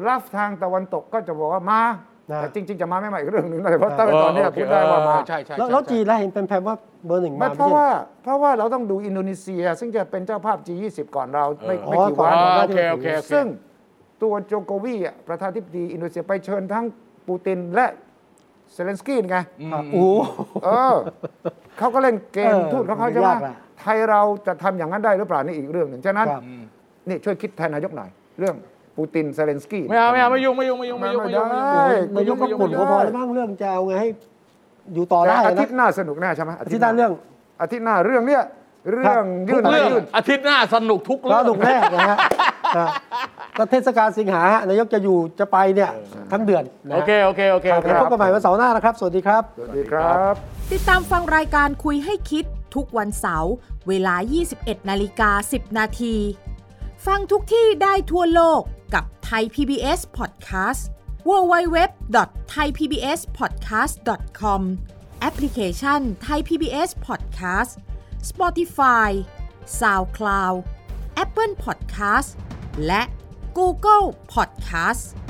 Speaker 3: รับทางตะวันตกก็จะบอกว่ามา
Speaker 1: นะ
Speaker 3: แต่จริง ๆ จะมาไม่ใหม่อีกเรื่องหนึ่งนะเพราะตั้งแต่ตอนเนี้ย
Speaker 2: เออโอเค
Speaker 3: พูดได้ว่ามา
Speaker 2: เออใช่ใช่
Speaker 1: แล้ว
Speaker 2: ใช่
Speaker 1: แล้ว
Speaker 2: ใช่
Speaker 1: จีนแล้วเห็นเป็นแพมว่าเบอร์หนึ่ง
Speaker 3: ไม่
Speaker 1: มา
Speaker 3: เพราะ
Speaker 1: ใช่
Speaker 3: ว่าเพราะว่าเราต้องดูอินโดนีเซีย ซึ่งจะเป็นเจ้าภาพ G20 ก่อนเราไม่
Speaker 2: เออ
Speaker 3: ไม่กี่
Speaker 1: อ๋
Speaker 3: วัน
Speaker 1: อ
Speaker 2: โอเคโอเคโอเค
Speaker 3: ซึ่งตัวโจโกวีอะประธานาธิบดีอินโดนีเซียไปเชิญทั้งปูตินและเซเลนสกี้ไง
Speaker 2: อืม
Speaker 1: ครับโอ้โห
Speaker 3: เอ อ เขาก็เล่นเกม
Speaker 1: เออ
Speaker 3: ทูตของเขา
Speaker 1: มัน
Speaker 3: ใช่ไหม
Speaker 1: ยากแหละ
Speaker 3: ไทยเราจะทำอย่างนั้นได้หรือเปล่านี่อีกเรื่องหนึ่ง ฉะนั้น
Speaker 1: ครับ
Speaker 2: อืม
Speaker 3: นี่ช่วยคิดแทนนายกหน่อย เรื่องปูตินเซเลนสกี้
Speaker 2: ไม่เอาไม่เอาไม่ยุ่งไม่ยุ่งไม่ยุ่งไม่ยุ่ง
Speaker 3: ไม่
Speaker 2: ไม่
Speaker 3: ได้
Speaker 2: ยุ่งไม่
Speaker 1: นายกก็
Speaker 2: ยุ่ง
Speaker 3: ใช่
Speaker 1: ปุ่น
Speaker 3: ไม่
Speaker 1: ก็
Speaker 3: ได้
Speaker 1: พอแล้วบ้างเรื่องจะเอาไงให้ อยู่ต่อ
Speaker 3: แต่
Speaker 1: ได้
Speaker 3: อาทิ
Speaker 1: นะ
Speaker 3: ตย์หน้าสนุกแน่ใช่ไหม
Speaker 1: อาทิตย์หน้าเรื่อง
Speaker 3: อาทิตย์หน้าเรื่องเนี้ยเรื่อง
Speaker 1: ครับ
Speaker 3: ยื่น
Speaker 2: เรื่อง
Speaker 3: ยื่น
Speaker 2: อาทิตย์หน้าสนุกทุกเรื่
Speaker 1: แล้
Speaker 2: อ
Speaker 1: ว
Speaker 2: ง
Speaker 1: ดุกแรกนะ ฮะ นะก็เทศกาลสิงหาฮะนายกจะอยู่จะไปเนี่ยทั้งเดือนนะ
Speaker 2: โอ
Speaker 1: ฮะ
Speaker 2: เคโอเคโอเค
Speaker 1: ครับพบกันใหม่วันเสาร์หน้านะครับ สวัสดีครับ
Speaker 3: สวัสดีครับ
Speaker 8: ติดตามฟังรายการคุยให้คิดทุกวันเสาร์เวลา 21 นาฬิกา 10 นาที ฟังทุกที่ได้ทั่วโลกกับไทย PBS Podcast www.thaipbspodcast.com แอปพลิเคชัน Thai PBS Podcast Spotify SoundCloud Apple Podcast และ Google Podcast